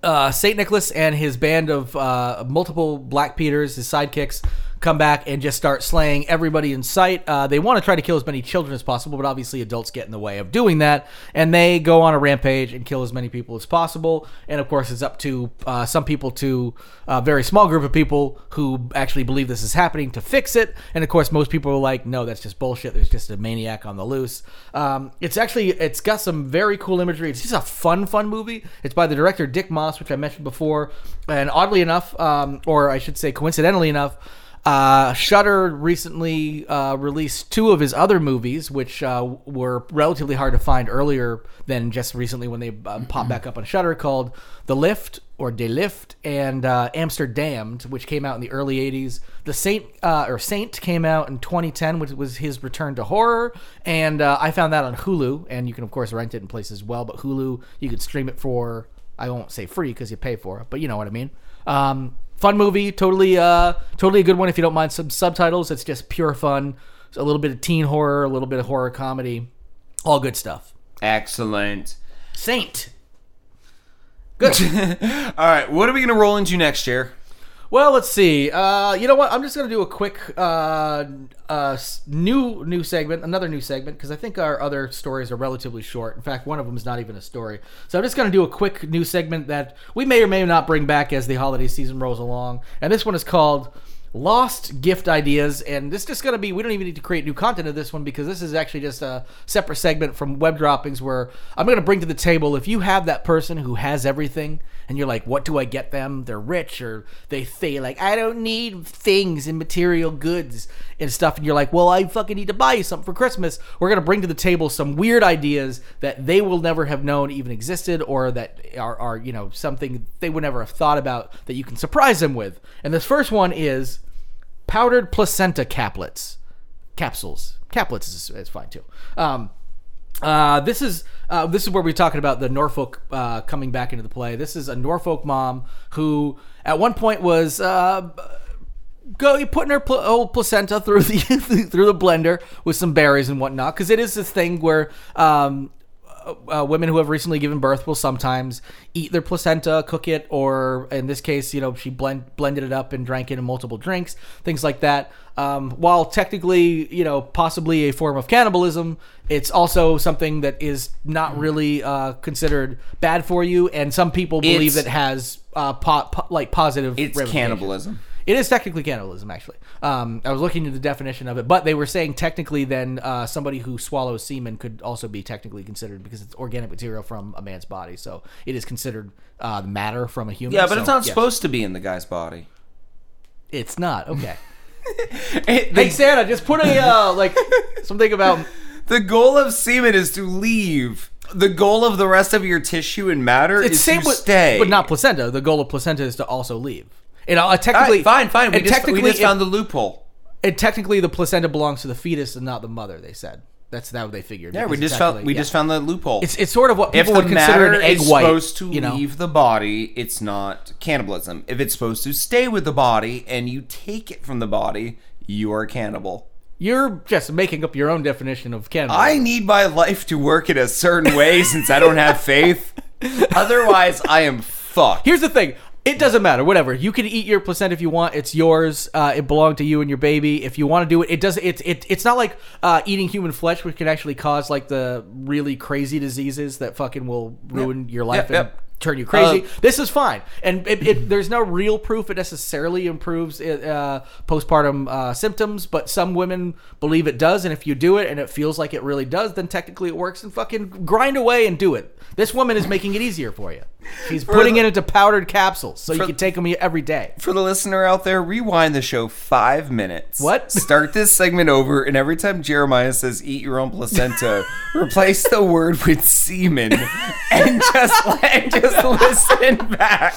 Speaker 3: uh, Saint Nicholas and his band of uh, multiple Black Peters, his sidekicks, come back and just start slaying everybody in sight. Uh, they want to try to kill as many children as possible, but obviously adults get in the way of doing that, and they go on a rampage and kill as many people as possible. And of course, it's up to uh, some people to a very small group of people who actually believe this is happening to fix it. And of course, most people are like, "No, that's just bullshit. There's just a maniac on the loose." Um, it's actually it's got some very cool imagery. It's just a fun, fun movie. It's by the director Dick Moss, which I mentioned before, and oddly enough, um, or I should say coincidentally enough, uh, Shutter recently uh, released two of his other movies, which uh, were relatively hard to find earlier than just recently when they uh, popped back up on Shutter, called The Lift or De Lift and uh, Amsterdammed, which came out in the early '80s. The Saint uh, or Saint came out in 2010, which was his return to horror, and uh, I found that on Hulu, and you can of course rent it in places as well. But Hulu, you can stream it for I won't say free because you pay for it, but you know what I mean. Um, fun movie, totally, uh, totally a good one if you don't mind some subtitles. It's just pure fun, It's a little bit of teen horror, a little bit of horror comedy, all good stuff.
Speaker 2: Excellent.
Speaker 3: Saint.
Speaker 2: All right, what are we gonna roll into next year?
Speaker 3: Well, let's see. Uh, you know what? I'm just gonna do a quick uh, uh, s- new new segment, another new segment, because I think our other stories are relatively short. In fact, one of them is not even a story. So I'm just gonna do a quick new segment that we may or may not bring back as the holiday season rolls along. And this one is called lost gift ideas and this is just going to be we don't even need to create new content of this one because this is actually just a separate segment from web droppings where i'm going to bring to the table if you have that person who has everything and you're like what do i get them they're rich or they say like i don't need things and material goods and stuff and you're like well i fucking need to buy you something for christmas we're going to bring to the table some weird ideas that they will never have known even existed or that are, are you know something they would never have thought about that you can surprise them with and this first one is powdered placenta caplets capsules caplets is, is fine too um uh, this is uh, this is where we're talking about the Norfolk uh, coming back into the play. This is a Norfolk mom who, at one point, was uh, go you're putting her pl- whole placenta through the through the blender with some berries and whatnot because it is this thing where um, uh, uh, women who have recently given birth will sometimes eat their placenta, cook it, or in this case, you know, she blend blended it up and drank it in multiple drinks, things like that. Um, while technically, you know, possibly a form of cannibalism, it's also something that is not really uh, considered bad for you, and some people believe
Speaker 2: It's-
Speaker 3: that has uh, po- po- like positive.
Speaker 2: It's
Speaker 3: ramifications.
Speaker 2: cannibalism.
Speaker 3: It is technically cannibalism, actually. Um, I was looking at the definition of it, but they were saying technically, then uh, somebody who swallows semen could also be technically considered because it's organic material from a man's body, so it is considered uh, matter from a human.
Speaker 2: Yeah, but
Speaker 3: so,
Speaker 2: it's not
Speaker 3: yes.
Speaker 2: supposed to be in the guy's body.
Speaker 3: It's not okay.
Speaker 2: It-
Speaker 3: hey,
Speaker 2: the,
Speaker 3: Santa, just put a uh, like something about.
Speaker 2: the goal of semen is to leave. The goal of the rest of your tissue and matter
Speaker 3: It's
Speaker 2: is
Speaker 3: same
Speaker 2: to
Speaker 3: with
Speaker 2: stay.
Speaker 3: but not placenta. The goal of placenta is to also leave. And uh,
Speaker 2: All right,
Speaker 3: technically,
Speaker 2: fine, fine. We
Speaker 3: and
Speaker 2: just,
Speaker 3: technically,
Speaker 2: we just
Speaker 3: it-
Speaker 2: found the loophole.
Speaker 3: and technically, the placenta belongs to the fetus and not the mother. They said that's that what they figured.
Speaker 2: Yeah, we
Speaker 3: because
Speaker 2: just
Speaker 3: it's
Speaker 2: found
Speaker 3: technically-
Speaker 2: we
Speaker 3: yeah.
Speaker 2: just found the loophole.
Speaker 3: It's it's sort of what
Speaker 2: if
Speaker 3: people
Speaker 2: the
Speaker 3: would consider
Speaker 2: matter
Speaker 3: an egg
Speaker 2: is
Speaker 3: white.
Speaker 2: supposed to
Speaker 3: you know?
Speaker 2: leave the body, it's not cannibalism. If it's supposed to stay with the body and you take it from the body, you are a cannibal.
Speaker 3: You're just making up your own definition of
Speaker 2: I
Speaker 3: cannibalism.
Speaker 2: need my life to work in a certain way since I don't have faith. Otherwise, I am fucked.
Speaker 3: Here's the thing. It doesn't matter. Whatever. You can eat your placenta if you want. It's yours. Uh, it belonged to you and your baby. If you want to do it, it does. It's it, It's not like uh, eating human flesh, which can actually cause like the really crazy diseases that fucking will ruin your life
Speaker 2: Yep,
Speaker 3: and
Speaker 2: yep.
Speaker 3: turn you crazy.
Speaker 2: Uh,
Speaker 3: this is fine, and it, it, there's no real proof it necessarily improves uh, postpartum uh, symptoms. But some women believe it does, and if you do it and it feels like it really does, then technically it works. And fucking grind away and do it. This woman is making it easier for you. She's putting it into powdered capsules so you
Speaker 2: For-
Speaker 3: can take them every day.
Speaker 2: For the listener out there, rewind the show five minutes.
Speaker 3: What?
Speaker 2: Start this segment over, and every time Jeremiah says "eat your own placenta," replace the word with semen, and just and just listen back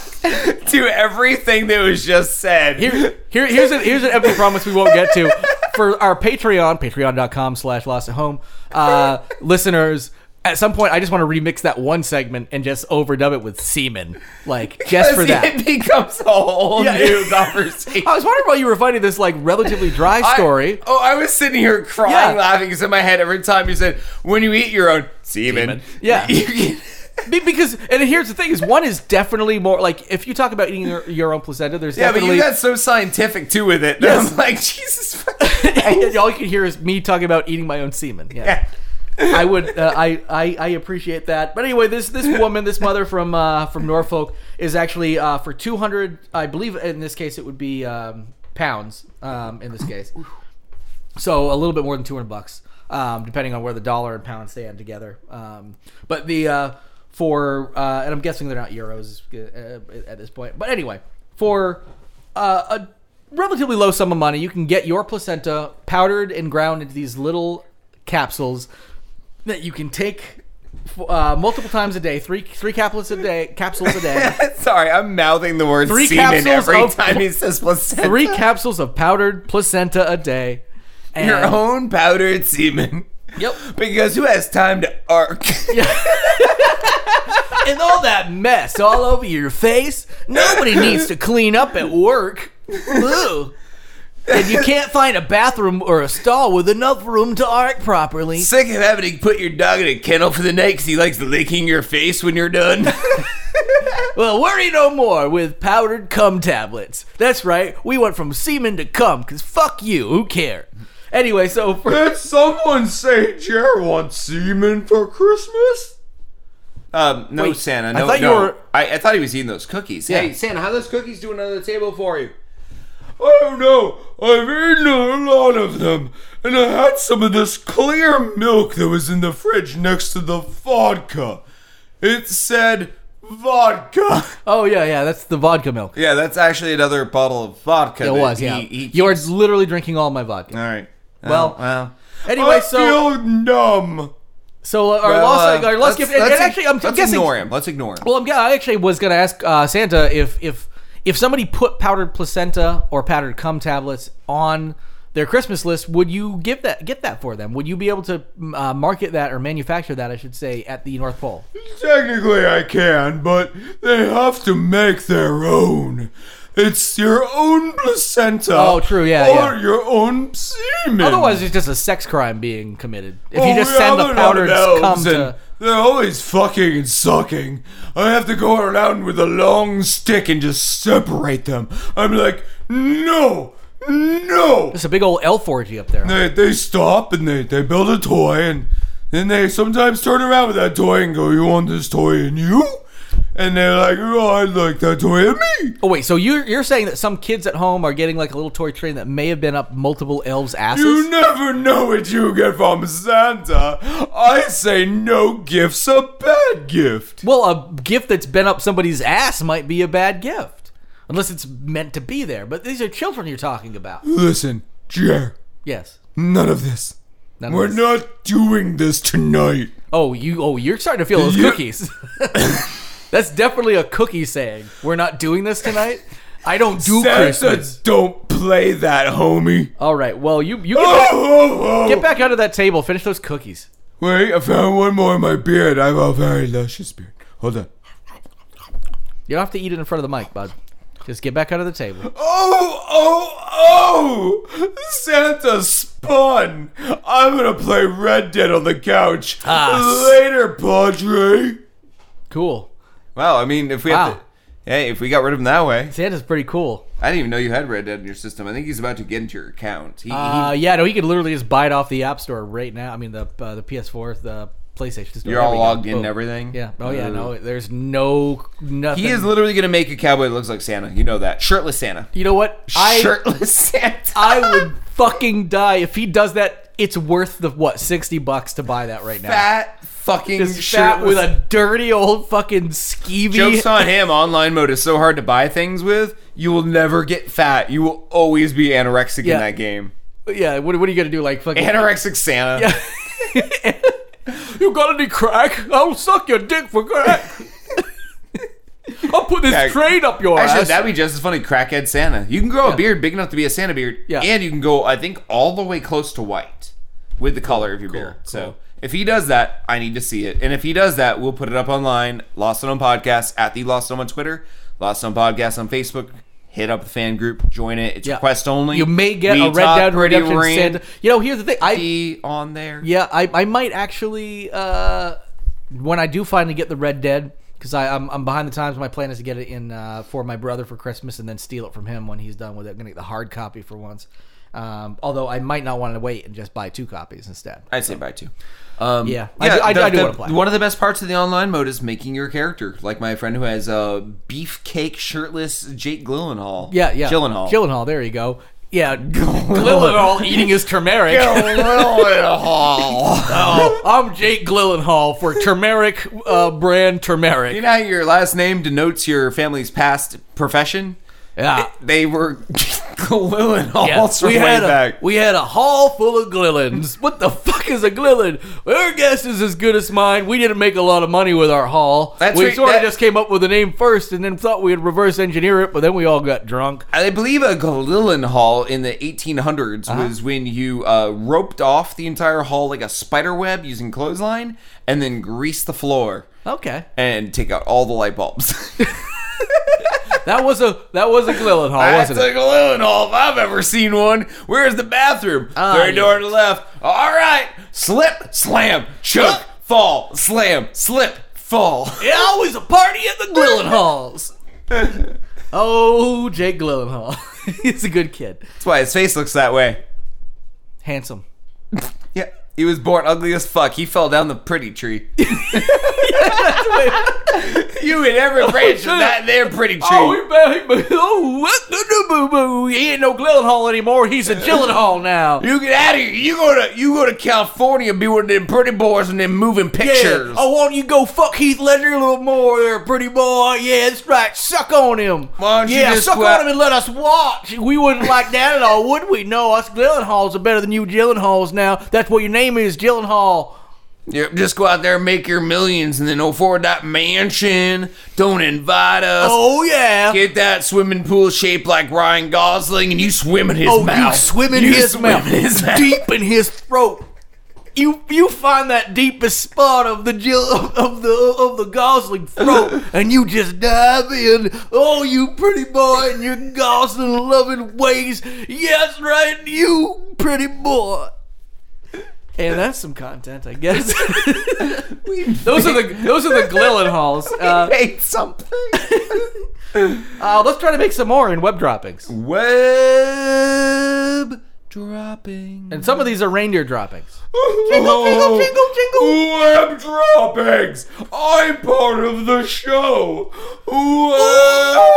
Speaker 2: to everything that was just said.
Speaker 3: Here, here, here's an here's an empty promise we won't get to for our Patreon, patreon.com slash lost at home uh, listeners. At some point, I just want to remix that one segment and just overdub it with semen, like just for that.
Speaker 2: it becomes a whole
Speaker 3: Yeah.
Speaker 2: new conversation.
Speaker 3: I was wondering why you were finding this like relatively dry story.
Speaker 2: I, oh, I was sitting here crying,
Speaker 3: Yeah.
Speaker 2: laughing. It's in my head every time you said, "When you eat your own semen."
Speaker 3: Yeah.
Speaker 2: You can-
Speaker 3: Be- because and here's the thing is one is definitely more like if you talk about eating your, your own placenta, there's
Speaker 2: yeah, but
Speaker 3: definitely
Speaker 2: you got so scientific too with it. that
Speaker 3: Yes.
Speaker 2: I'm like, Jesus. fucking Christ.
Speaker 3: all you can hear is me talking about eating my own semen. Yeah.
Speaker 2: yeah.
Speaker 3: I would. Uh, I, I I appreciate that. But anyway, this this woman, this mother from uh, from Norfolk, is actually uh, for two hundred. I believe in this case it would be um, pounds. Um, in this case, so a little bit more than 200 bucks um, depending on where the dollar and pound stand together um, but the uh, for uh, and i'm guessing they're not euros uh, at this point but anyway for uh, a relatively low sum of money you can get your placenta powdered and ground into these little capsules that you can take uh, multiple times a day three three capsules a day capsules a day
Speaker 2: Sorry, I'm mouthing the word
Speaker 3: Three
Speaker 2: semen
Speaker 3: capsules
Speaker 2: every
Speaker 3: of-
Speaker 2: time he says placenta.
Speaker 3: three capsules of powdered placenta a day and
Speaker 2: your own powdered semen.
Speaker 3: Yep.
Speaker 2: Because who has time to arc?
Speaker 3: and all that mess all over your face. Nobody needs to clean up at work. Ugh. And you can't find a bathroom or a stall with enough room to arc properly.
Speaker 2: Sick of having to put your dog in a kennel for the night because he likes licking your face when you're done.
Speaker 3: Well, worry no more with powdered cum tablets. That's right, we went from semen to cum, because fuck you, who care? Anyway, so for
Speaker 2: Did someone say Jer wants semen for Christmas? Um, no,
Speaker 3: Wait,
Speaker 2: Santa.
Speaker 3: I
Speaker 2: No,
Speaker 3: thought you
Speaker 2: no.
Speaker 3: were-
Speaker 2: I, I thought he was eating those cookies.
Speaker 3: Yeah.
Speaker 2: Hey, Santa, how those cookies doing under the table for you? Oh no, I've eaten a lot of them, and I had some of this clear milk that was in the fridge next to the vodka. It said vodka.
Speaker 3: Oh yeah, yeah, that's the vodka milk.
Speaker 2: Yeah, that's actually another bottle of vodka.
Speaker 3: It
Speaker 2: that
Speaker 3: was,
Speaker 2: he-
Speaker 3: yeah.
Speaker 2: he
Speaker 3: You're
Speaker 2: keeps-
Speaker 3: literally drinking all my vodka.
Speaker 2: All right.
Speaker 3: Well,
Speaker 2: Oh, well.
Speaker 3: Anyway,
Speaker 2: I
Speaker 3: so
Speaker 2: feel numb.
Speaker 3: so uh, our
Speaker 2: Well,
Speaker 3: lost
Speaker 2: uh,
Speaker 3: our
Speaker 2: let's-
Speaker 3: lost gift. And, and
Speaker 2: let's-
Speaker 3: actually, I'm, I'm
Speaker 2: let's
Speaker 3: guessing
Speaker 2: ignore him. Let's ignore him.
Speaker 3: Well, I'm, yeah, I actually was going to ask uh, Santa if if if somebody put powdered placenta or powdered cum tablets on their Christmas list, would you give that get that for them? Would you be able to mm, uh, market that or manufacture that? I should say at the North Pole.
Speaker 2: Hmm. Technically, I can, but they have to make their own. It's your own placenta.
Speaker 3: Oh, true, yeah,
Speaker 2: Or
Speaker 3: yeah.
Speaker 2: your own semen.
Speaker 3: Otherwise, it's just a sex crime being committed. If you
Speaker 2: Oh,
Speaker 3: just
Speaker 2: yeah,
Speaker 3: send the
Speaker 2: I'm out of
Speaker 3: powdered scum
Speaker 2: elves and
Speaker 3: to.
Speaker 2: They're always fucking and sucking. I have to go around with a long stick and just separate them. I'm like, no, no.
Speaker 3: It's a big old elf orgy up there.
Speaker 2: They, they stop and they, they build a toy and then they sometimes turn around with that toy and go, you want this toy in you? And they're like, oh, I'd like that toy in me.
Speaker 3: Oh wait, so you're you're saying that some kids at home are getting like a little toy train that may have been up multiple elves' asses?
Speaker 2: You never know what you get from Santa. I say no gift's a bad gift.
Speaker 3: well, a gift that's been up somebody's ass might be a bad gift, unless it's meant to be there. But these are children you're talking about.
Speaker 2: Listen, Jer,
Speaker 3: Yes.
Speaker 2: none of this.
Speaker 3: None of
Speaker 2: We're
Speaker 3: this.
Speaker 2: not doing this tonight.
Speaker 3: Oh, you oh you're starting to feel those
Speaker 2: You-
Speaker 3: cookies. that's definitely a cookie saying. We're not doing this tonight. I don't do
Speaker 2: Santa,
Speaker 3: Christmas.
Speaker 2: don't play that, homie.
Speaker 3: All right. Well, you you get
Speaker 2: Oh,
Speaker 3: back,
Speaker 2: oh, oh.
Speaker 3: get back under that table. Finish those cookies.
Speaker 2: Wait, I found one more in my beard. I have a very luscious beard. Hold on.
Speaker 3: You don't have to eat it in front of the mic, bud. Just get back under the table.
Speaker 2: Oh, oh, oh! Santa spun! I'm gonna play Red Dead on the couch.
Speaker 3: Ah, s-
Speaker 2: Later, Padre!
Speaker 3: Cool.
Speaker 2: Wow, I mean, if we
Speaker 3: Wow.
Speaker 2: have to. Hey, if we got rid of him that way.
Speaker 3: Santa's pretty cool.
Speaker 2: I didn't even know you had Red Dead in your system. I think he's about to get into your account. He, he-
Speaker 3: Uh, yeah, no, he could literally just buy it off the App Store right now. I mean, the uh, the PS4, the PlayStation. Store.
Speaker 2: you're all
Speaker 3: There we go.
Speaker 2: logged in
Speaker 3: Boom.
Speaker 2: and everything.
Speaker 3: Yeah. Oh yeah.
Speaker 2: Uh,
Speaker 3: No, there's no nothing.
Speaker 2: He is literally gonna make a cowboy that looks like Santa. You know that. Shirtless Santa.
Speaker 3: You know what? I
Speaker 2: Shirtless Santa.
Speaker 3: I would fucking die if he does that. It's worth the what sixty bucks to buy that right now.
Speaker 2: fat fucking
Speaker 3: This fat
Speaker 2: shirtless-
Speaker 3: with a dirty old fucking skeevy.
Speaker 2: Jokes on him. Online mode is so hard to buy things with. You will never get fat. You will always be anorexic
Speaker 3: Yeah.
Speaker 2: in that game.
Speaker 3: Yeah. What, what are you gonna do? Like fucking.
Speaker 2: Anorexic Santa.
Speaker 3: you got any crack? I'll suck your dick for crack. I'll put this
Speaker 2: Yeah.
Speaker 3: train up your
Speaker 2: Actually,
Speaker 3: ass.
Speaker 2: that'd be just as funny. Crackhead Santa. You can grow a beard big enough to be a Santa beard,
Speaker 3: Yeah.
Speaker 2: and you can go, I think, all the way close to white with the color of your beard. So if he does that, I need to see it. And if he does that, we'll put it up online. Lost it on podcast at the Lost It on Twitter, Lost It on podcast on Facebook. Hit up the fan group, join it. It's
Speaker 3: Yeah.
Speaker 2: request only.
Speaker 3: You may get
Speaker 2: We
Speaker 3: a Red
Speaker 2: talk
Speaker 3: Dead
Speaker 2: pretty
Speaker 3: Redemption
Speaker 2: rant.
Speaker 3: Santa. You know, here's the thing. I
Speaker 2: be on there.
Speaker 3: yeah, I, I might actually uh, when I do finally get the Red Dead because I'm I'm behind the times. My plan is to get it in uh, for my brother for Christmas and then steal it from him when he's done with it. I'm gonna get the hard copy for once. Um, although I might not want to wait and just buy two copies instead.
Speaker 2: I'd say bye too. Um,
Speaker 3: Yeah. I do- I do- I do wanna play.
Speaker 2: One of the best parts of the online mode is making your character, like my friend who has a uh, beefcake shirtless Jake Gyllenhaal.
Speaker 3: Yeah, yeah.
Speaker 2: Gyllenhaal.
Speaker 3: Gyllenhaal. There you go. Yeah, Gyllenhaal eating his turmeric.
Speaker 2: Gyllenhaal.
Speaker 3: Oh, I'm Jake Gyllenhaal for turmeric uh, brand turmeric.
Speaker 2: you know how your last name denotes your family's past profession?
Speaker 3: yeah.
Speaker 2: They were Gyllenhaals
Speaker 3: Yeah,
Speaker 2: from way
Speaker 3: had a,
Speaker 2: back.
Speaker 3: We had a hall full of glillins. What the fuck is a glillin? Our guess is as good as mine. We didn't make a lot of money with our hall.
Speaker 2: That's
Speaker 3: we
Speaker 2: right,
Speaker 3: sort of
Speaker 2: that-
Speaker 3: just came up with a name first and then thought we'd reverse engineer it, but then we all got drunk.
Speaker 2: I believe a Gyllenhaal in the 1800s
Speaker 3: Uh-huh.
Speaker 2: was when you uh, roped off the entire hall like a spider web using clothesline and then greased the floor.
Speaker 3: Okay.
Speaker 2: and take out all the light bulbs.
Speaker 3: That was a that was a glillin hall,
Speaker 2: That's a
Speaker 3: wasn't it?
Speaker 2: Gyllenhaal if I've ever seen one. Where's the bathroom?
Speaker 3: Ah,
Speaker 2: Third
Speaker 3: yeah.
Speaker 2: door to the left. All right, slip, slam, choke, fall, slam, slip, fall.
Speaker 3: Yeah, always a party at the glillin halls. oh, Jake Gyllenhaal. He's a good kid.
Speaker 2: That's why his face looks that way.
Speaker 3: Handsome.
Speaker 2: Yeah, he was born ugly as fuck. He fell down the pretty tree. you in every branch of that there pretty tree.
Speaker 3: Oh, we back. Oh, what? Boo, boo, boo. He ain't no Gyllenhaal anymore. He's a Gyllenhaal now.
Speaker 2: you get out of here. You go to you go to California and be one of them pretty boys and then moving pictures.
Speaker 3: Yeah. Oh, won't you go fuck Heath Ledger a little more there, pretty boy? Yeah, that's right. Suck on him.
Speaker 2: Why don't you
Speaker 3: yeah,
Speaker 2: just
Speaker 3: suck
Speaker 2: quit-
Speaker 3: on him and let us watch. We wouldn't like that at all, would we? No, us Gyllenhaals are better than you Gyllenhaals now. That's what your name is, Gyllenhaal.
Speaker 2: Yep, just go out there and make your millions and then afford that mansion. Don't invite us.
Speaker 3: Oh, yeah.
Speaker 2: Get that swimming pool shaped like Ryan Gosling and you swim in his
Speaker 3: oh,
Speaker 2: mouth.
Speaker 3: you swim in
Speaker 2: You
Speaker 3: his
Speaker 2: swim
Speaker 3: mouth.
Speaker 2: in his mouth.
Speaker 3: Deep in his throat. you you find that deepest spot of the Jill of the of the Gosling throat, and you just dive in. Oh, you pretty boy, in your Gosling loving ways. Yes, right, you pretty boy. And that's some content, I guess. those are the those are the Glillenhalls. Uh,
Speaker 2: Ate something.
Speaker 3: uh, let's try to make some more in web droppings.
Speaker 2: Web dropping.
Speaker 3: And some of these are reindeer droppings.
Speaker 2: jingle, jingle, jingle. Web droppings. I'm part of the show.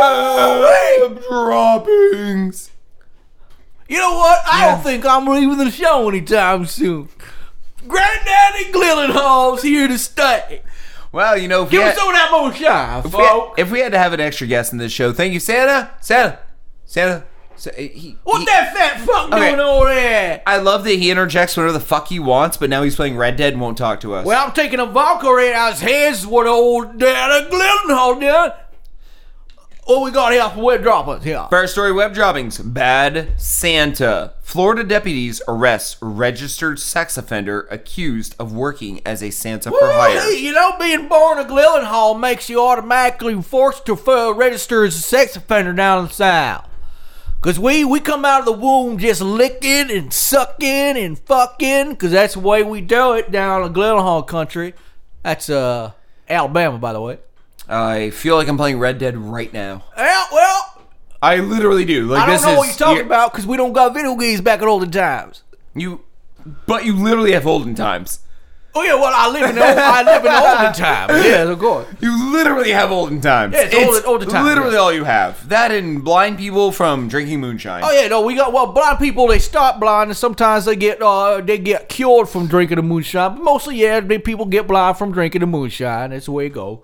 Speaker 2: Web droppings.
Speaker 3: You know what? I don't think I'm leaving the show anytime soon. Granddaddy Glillenhall's here to stay.
Speaker 2: Well, you know, if, we
Speaker 3: Give
Speaker 2: had,
Speaker 3: us some of that more shine,
Speaker 2: if we had-
Speaker 3: folk.
Speaker 2: if we had to have an extra guest in this show, thank you, Santa. Santa. Santa. Sa- he-
Speaker 3: What
Speaker 2: he-
Speaker 3: that fat fuck
Speaker 2: Okay.
Speaker 3: doing over there?
Speaker 2: I love that he interjects whatever the fuck he wants, but now he's playing Red Dead and won't talk to us.
Speaker 3: Well, I'm taking a Valkyrie out of his hands. What old Daddy Glillenhall done? What we got here for web droppings here?
Speaker 2: First story web droppings. Bad Santa. Florida deputies arrest registered sex offender accused of working as a Santa for
Speaker 3: Well, hey,
Speaker 2: hire.
Speaker 3: you know, being born a Glillenhall makes you automatically forced to uh, register as a sex offender down in the South. Cause we we come out of the womb just licking and sucking and fucking, cause that's the way we do it down in Glillenhall country. That's uh Alabama, by the way.
Speaker 2: I feel like I'm playing Red Dead right now.
Speaker 3: Well, well,
Speaker 2: I literally do. Like
Speaker 3: I don't
Speaker 2: this
Speaker 3: know
Speaker 2: is
Speaker 3: what you're talking about, cause we don't got video games back in olden times.
Speaker 2: You, but you literally have olden times.
Speaker 3: Oh yeah, well I live in the old, I live in the olden times. Yes, of course.
Speaker 2: You literally have olden times.
Speaker 3: Yeah, it's olden- olden times,
Speaker 2: Literally
Speaker 3: yeah.
Speaker 2: all you have. That and blind people from drinking moonshine.
Speaker 3: Oh yeah, no, we got well blind people. They start blind, and sometimes they get uh they get cured from drinking the moonshine. But mostly, yeah, the people get blind from drinking the moonshine. That's the way it go.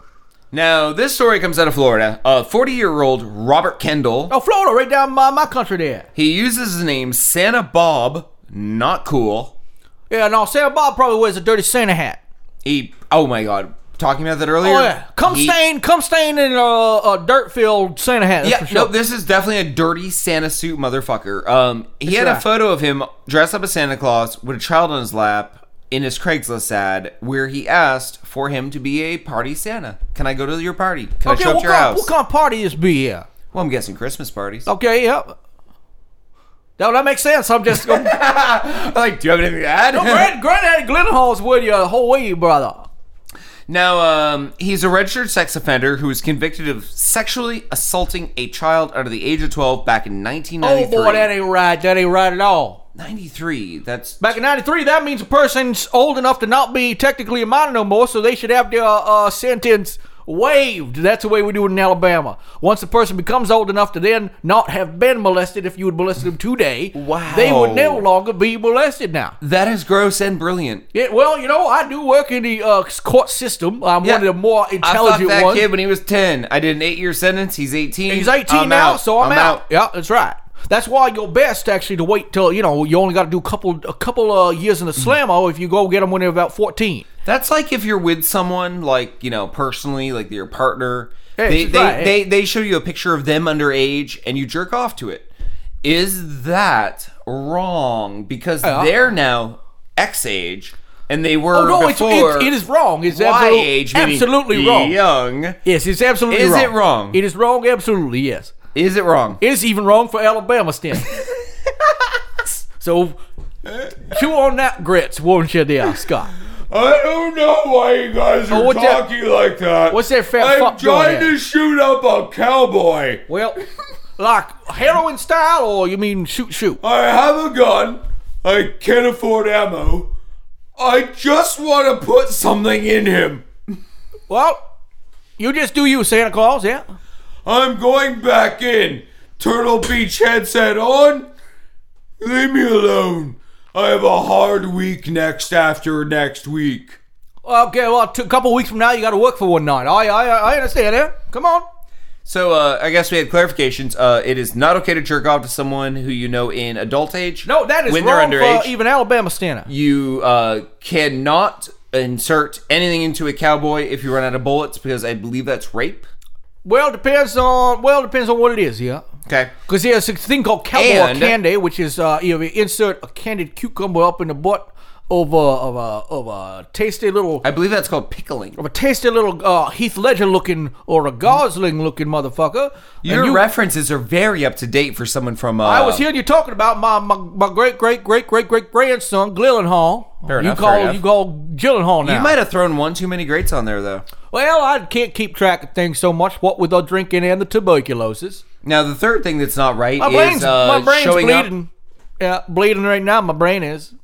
Speaker 2: Now this story comes out of Florida. A 40 year old Robert Kendall.
Speaker 3: Oh, Florida, right down my my country there.
Speaker 2: He uses the name Santa Bob. Not cool.
Speaker 3: Yeah, no, Santa Bob probably wears a dirty Santa hat.
Speaker 2: He. Oh my god. Talking about that earlier.
Speaker 3: Oh yeah, come
Speaker 2: He-
Speaker 3: stain, come stain in a, a dirt filled Santa hat. That's
Speaker 2: Yeah,
Speaker 3: for sure.
Speaker 2: no, this is definitely a dirty Santa suit motherfucker. Um, he had a
Speaker 3: right.
Speaker 2: photo of him dressed up as Santa Claus with a child on his lap in his Craigslist ad where he asked for him to be a party Santa. Can I go to your party? Can I
Speaker 3: okay,
Speaker 2: show up
Speaker 3: what
Speaker 2: to your
Speaker 3: kind,
Speaker 2: house?
Speaker 3: what kind of party this be here?
Speaker 2: Well, I'm guessing Christmas parties.
Speaker 3: Okay, yep. No, that makes sense. I'm just going.
Speaker 2: Like, do you have anything to add?
Speaker 3: Grand, Granddaddy Glenhall's with you the whole way, brother.
Speaker 2: Now, um, he's a registered sex offender who was convicted of sexually assaulting a child under the age of 12 back in
Speaker 3: Oh
Speaker 2: 1993.
Speaker 3: boy, that ain't right. That ain't right at all.
Speaker 2: 93. That's
Speaker 3: Back in '93, that means a person's old enough to not be technically a minor no more, so they should have their uh, sentence waived. That's the way we do it in Alabama. Once a person becomes old enough to then not have been molested, if you had molested them today,
Speaker 2: Wow.
Speaker 3: they would no longer be molested now.
Speaker 2: that is gross and brilliant.
Speaker 3: Yeah, well, you know, I do work in the uh, court system. I'm
Speaker 2: Yeah.
Speaker 3: one of the more
Speaker 2: I fucked
Speaker 3: intelligent
Speaker 2: that
Speaker 3: ones.
Speaker 2: kid when he was 10. I did an eight year sentence. He's 18.
Speaker 3: He's 18
Speaker 2: I'm
Speaker 3: now,
Speaker 2: out.
Speaker 3: so I'm, out. Yeah, that's right. That's why your best actually to wait till you know you only got to do a couple a couple uh, years in the slammo if you go get them when they're about 14.
Speaker 2: That's like if you're with someone, like, you know, personally, like your partner.
Speaker 3: Hey,
Speaker 2: they,
Speaker 3: she's
Speaker 2: they,
Speaker 3: right.
Speaker 2: they, they show you a picture of them underage and you jerk off to it. Is that wrong? Because
Speaker 3: Yeah.
Speaker 2: they're now X age and they were
Speaker 3: Uh, Oh no, it's,
Speaker 2: before
Speaker 3: it's, it is wrong. It's
Speaker 2: Y
Speaker 3: absolute-
Speaker 2: age. meaning
Speaker 3: absolutely wrong.
Speaker 2: Young.
Speaker 3: Yes, it's absolutely
Speaker 2: Is
Speaker 3: wrong.
Speaker 2: it wrong?
Speaker 3: It is wrong. Absolutely, yes.
Speaker 2: Is it wrong?
Speaker 3: It is even wrong for Alabama standards. so, chew on that grits, won't you, there, Scott?
Speaker 2: I don't know why you guys are
Speaker 3: Oh, what's that- talking
Speaker 2: like that.
Speaker 3: what's that fat I'm fuck doing trying there? to
Speaker 2: shoot up a cowboy.
Speaker 3: Well, like heroin style, or you mean shoot shoot?
Speaker 2: I have a gun. I can't afford ammo. I just want to put something in him.
Speaker 3: Well, you just do you, Santa Claus. Yeah.
Speaker 2: I'm going back in. Turtle Beach headset on. Leave me alone. I have a hard week next after next week.
Speaker 3: Okay. Well, a couple weeks from now, you got to work for one night. I I I understand. Yeah. Come on.
Speaker 2: So uh, I guess we had clarifications. Uh, it is not okay to jerk off to someone who you know in adult age.
Speaker 3: No, that is
Speaker 2: when
Speaker 3: wrong
Speaker 2: they're underage.
Speaker 3: for even Alabama standard.
Speaker 2: you uh, cannot insert anything into a cowboy if you run out of bullets because I believe that's rape.
Speaker 3: Well, depends on well depends on what it is. Yeah.
Speaker 2: Okay.
Speaker 3: Because there's a thing called cowboy
Speaker 2: And-
Speaker 3: uh, candy, which is uh, you know, you insert a candied cucumber up in the butt of a of a of a tasty little
Speaker 2: I believe that's called pickling.
Speaker 3: of a tasty little uh, Heath Ledger looking or a Gosling looking motherfucker. And
Speaker 2: Your
Speaker 3: you-
Speaker 2: references are very up to date for someone from. Uh,
Speaker 3: I was hearing you talking about my my, my great great great great great grandson Gyllenhaal.
Speaker 2: Fair
Speaker 3: you
Speaker 2: enough,
Speaker 3: call
Speaker 2: fair enough.
Speaker 3: you call Gyllenhaal now.
Speaker 2: You might have thrown one too many greats on there though.
Speaker 3: well, I can't keep track of things so much. What with the drinking and the tuberculosis,
Speaker 2: Now the third thing that's not right
Speaker 3: my
Speaker 2: is
Speaker 3: brain's
Speaker 2: uh,
Speaker 3: my brain's
Speaker 2: showing up-
Speaker 3: bleeding. Yeah, bleeding right now. My brain is.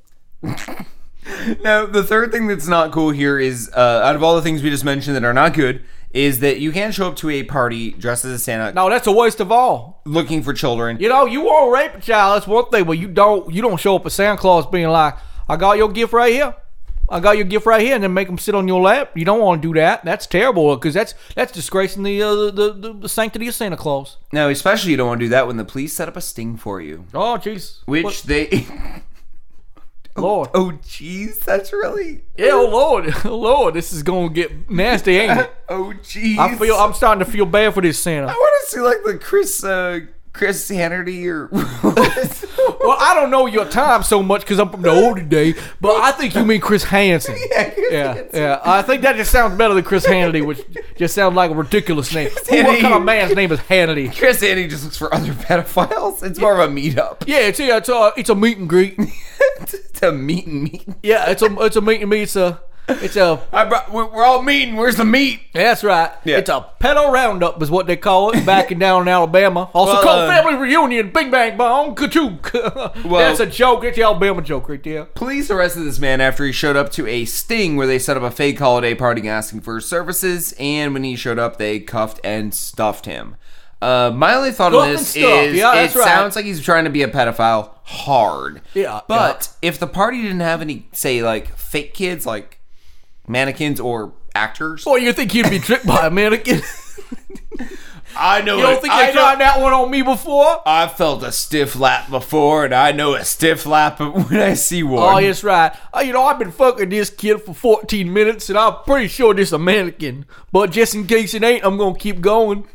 Speaker 2: Now, the third thing that's not cool here is uh, out of all the things we just mentioned that are not good, is that you can't show up to a party dressed as a Santa
Speaker 3: No, that's the worst of all.
Speaker 2: looking for children.
Speaker 3: You know, you won't rape a child. That's one thing, but you don't you don't show up at Santa Claus being like, "I got your gift right here." I got your gift right here, and then make them sit on your lap. You don't want to do that. That's terrible because that's that's disgracing the, uh, the, the the sanctity of Santa Claus.
Speaker 2: Now, especially you don't want to do that when the police set up a sting for you,
Speaker 3: Oh, jeez.
Speaker 2: which
Speaker 3: What-
Speaker 2: they.
Speaker 3: Lord?
Speaker 2: oh, jeez, that's really.
Speaker 3: Yeah, oh Lord, oh Lord, this is gonna get nasty, ain't it?
Speaker 2: Oh, jeez.
Speaker 3: I feel I'm starting to feel bad for this Santa.
Speaker 2: I want to see like the Chris uh, Chris Hannity or.
Speaker 3: Well, I don't know your time so much because I'm from the older day, but I think you mean Chris Hansen. Yeah, yeah. I think that just sounds better than Chris Hannity, which just sounds like a ridiculous name. Who- What kind of man's name is Hannity?
Speaker 2: Chris Hannity just looks for other pedophiles. It's more of a meetup.
Speaker 3: Yeah, it's yeah, it's a it's a meet and greet.
Speaker 2: it's a meet and meet.
Speaker 3: Yeah, it's a it's a meet and meet. It's a it's a
Speaker 2: I brought, we're we're all meeting. Where's the meat?
Speaker 3: that's right.
Speaker 2: Yeah.
Speaker 3: It's a pedo roundup is what they call it back and down in Alabama. Also
Speaker 2: Well,
Speaker 3: called
Speaker 2: uh,
Speaker 3: family reunion. Bing bang bong. Kachook.
Speaker 2: Well-
Speaker 3: that's a joke. It's the Alabama joke right there.
Speaker 2: Police arrested this man after he showed up to a sting where they set up a fake holiday party asking for his services, and when he showed up, they cuffed and stuffed him. Uh, my only thought on
Speaker 3: Cuffed and
Speaker 2: this
Speaker 3: stuffed,
Speaker 2: is
Speaker 3: yeah, that's
Speaker 2: it
Speaker 3: right.
Speaker 2: sounds like he's trying to be a pedophile hard.
Speaker 3: Yeah,
Speaker 2: But if the party didn't have any, say, like fake kids, like mannequins or actors,
Speaker 3: Boy, you think you'd be tricked by a mannequin?
Speaker 2: I know
Speaker 3: You don't think they tried that one on me before?
Speaker 2: I felt a stiff lap before, and I know a stiff lap when I see one.
Speaker 3: Oh, yes, right. Uh, you know, I've been fucking this kid for 14 minutes, and I'm pretty sure this a mannequin. But just in case it ain't, I'm gonna keep going.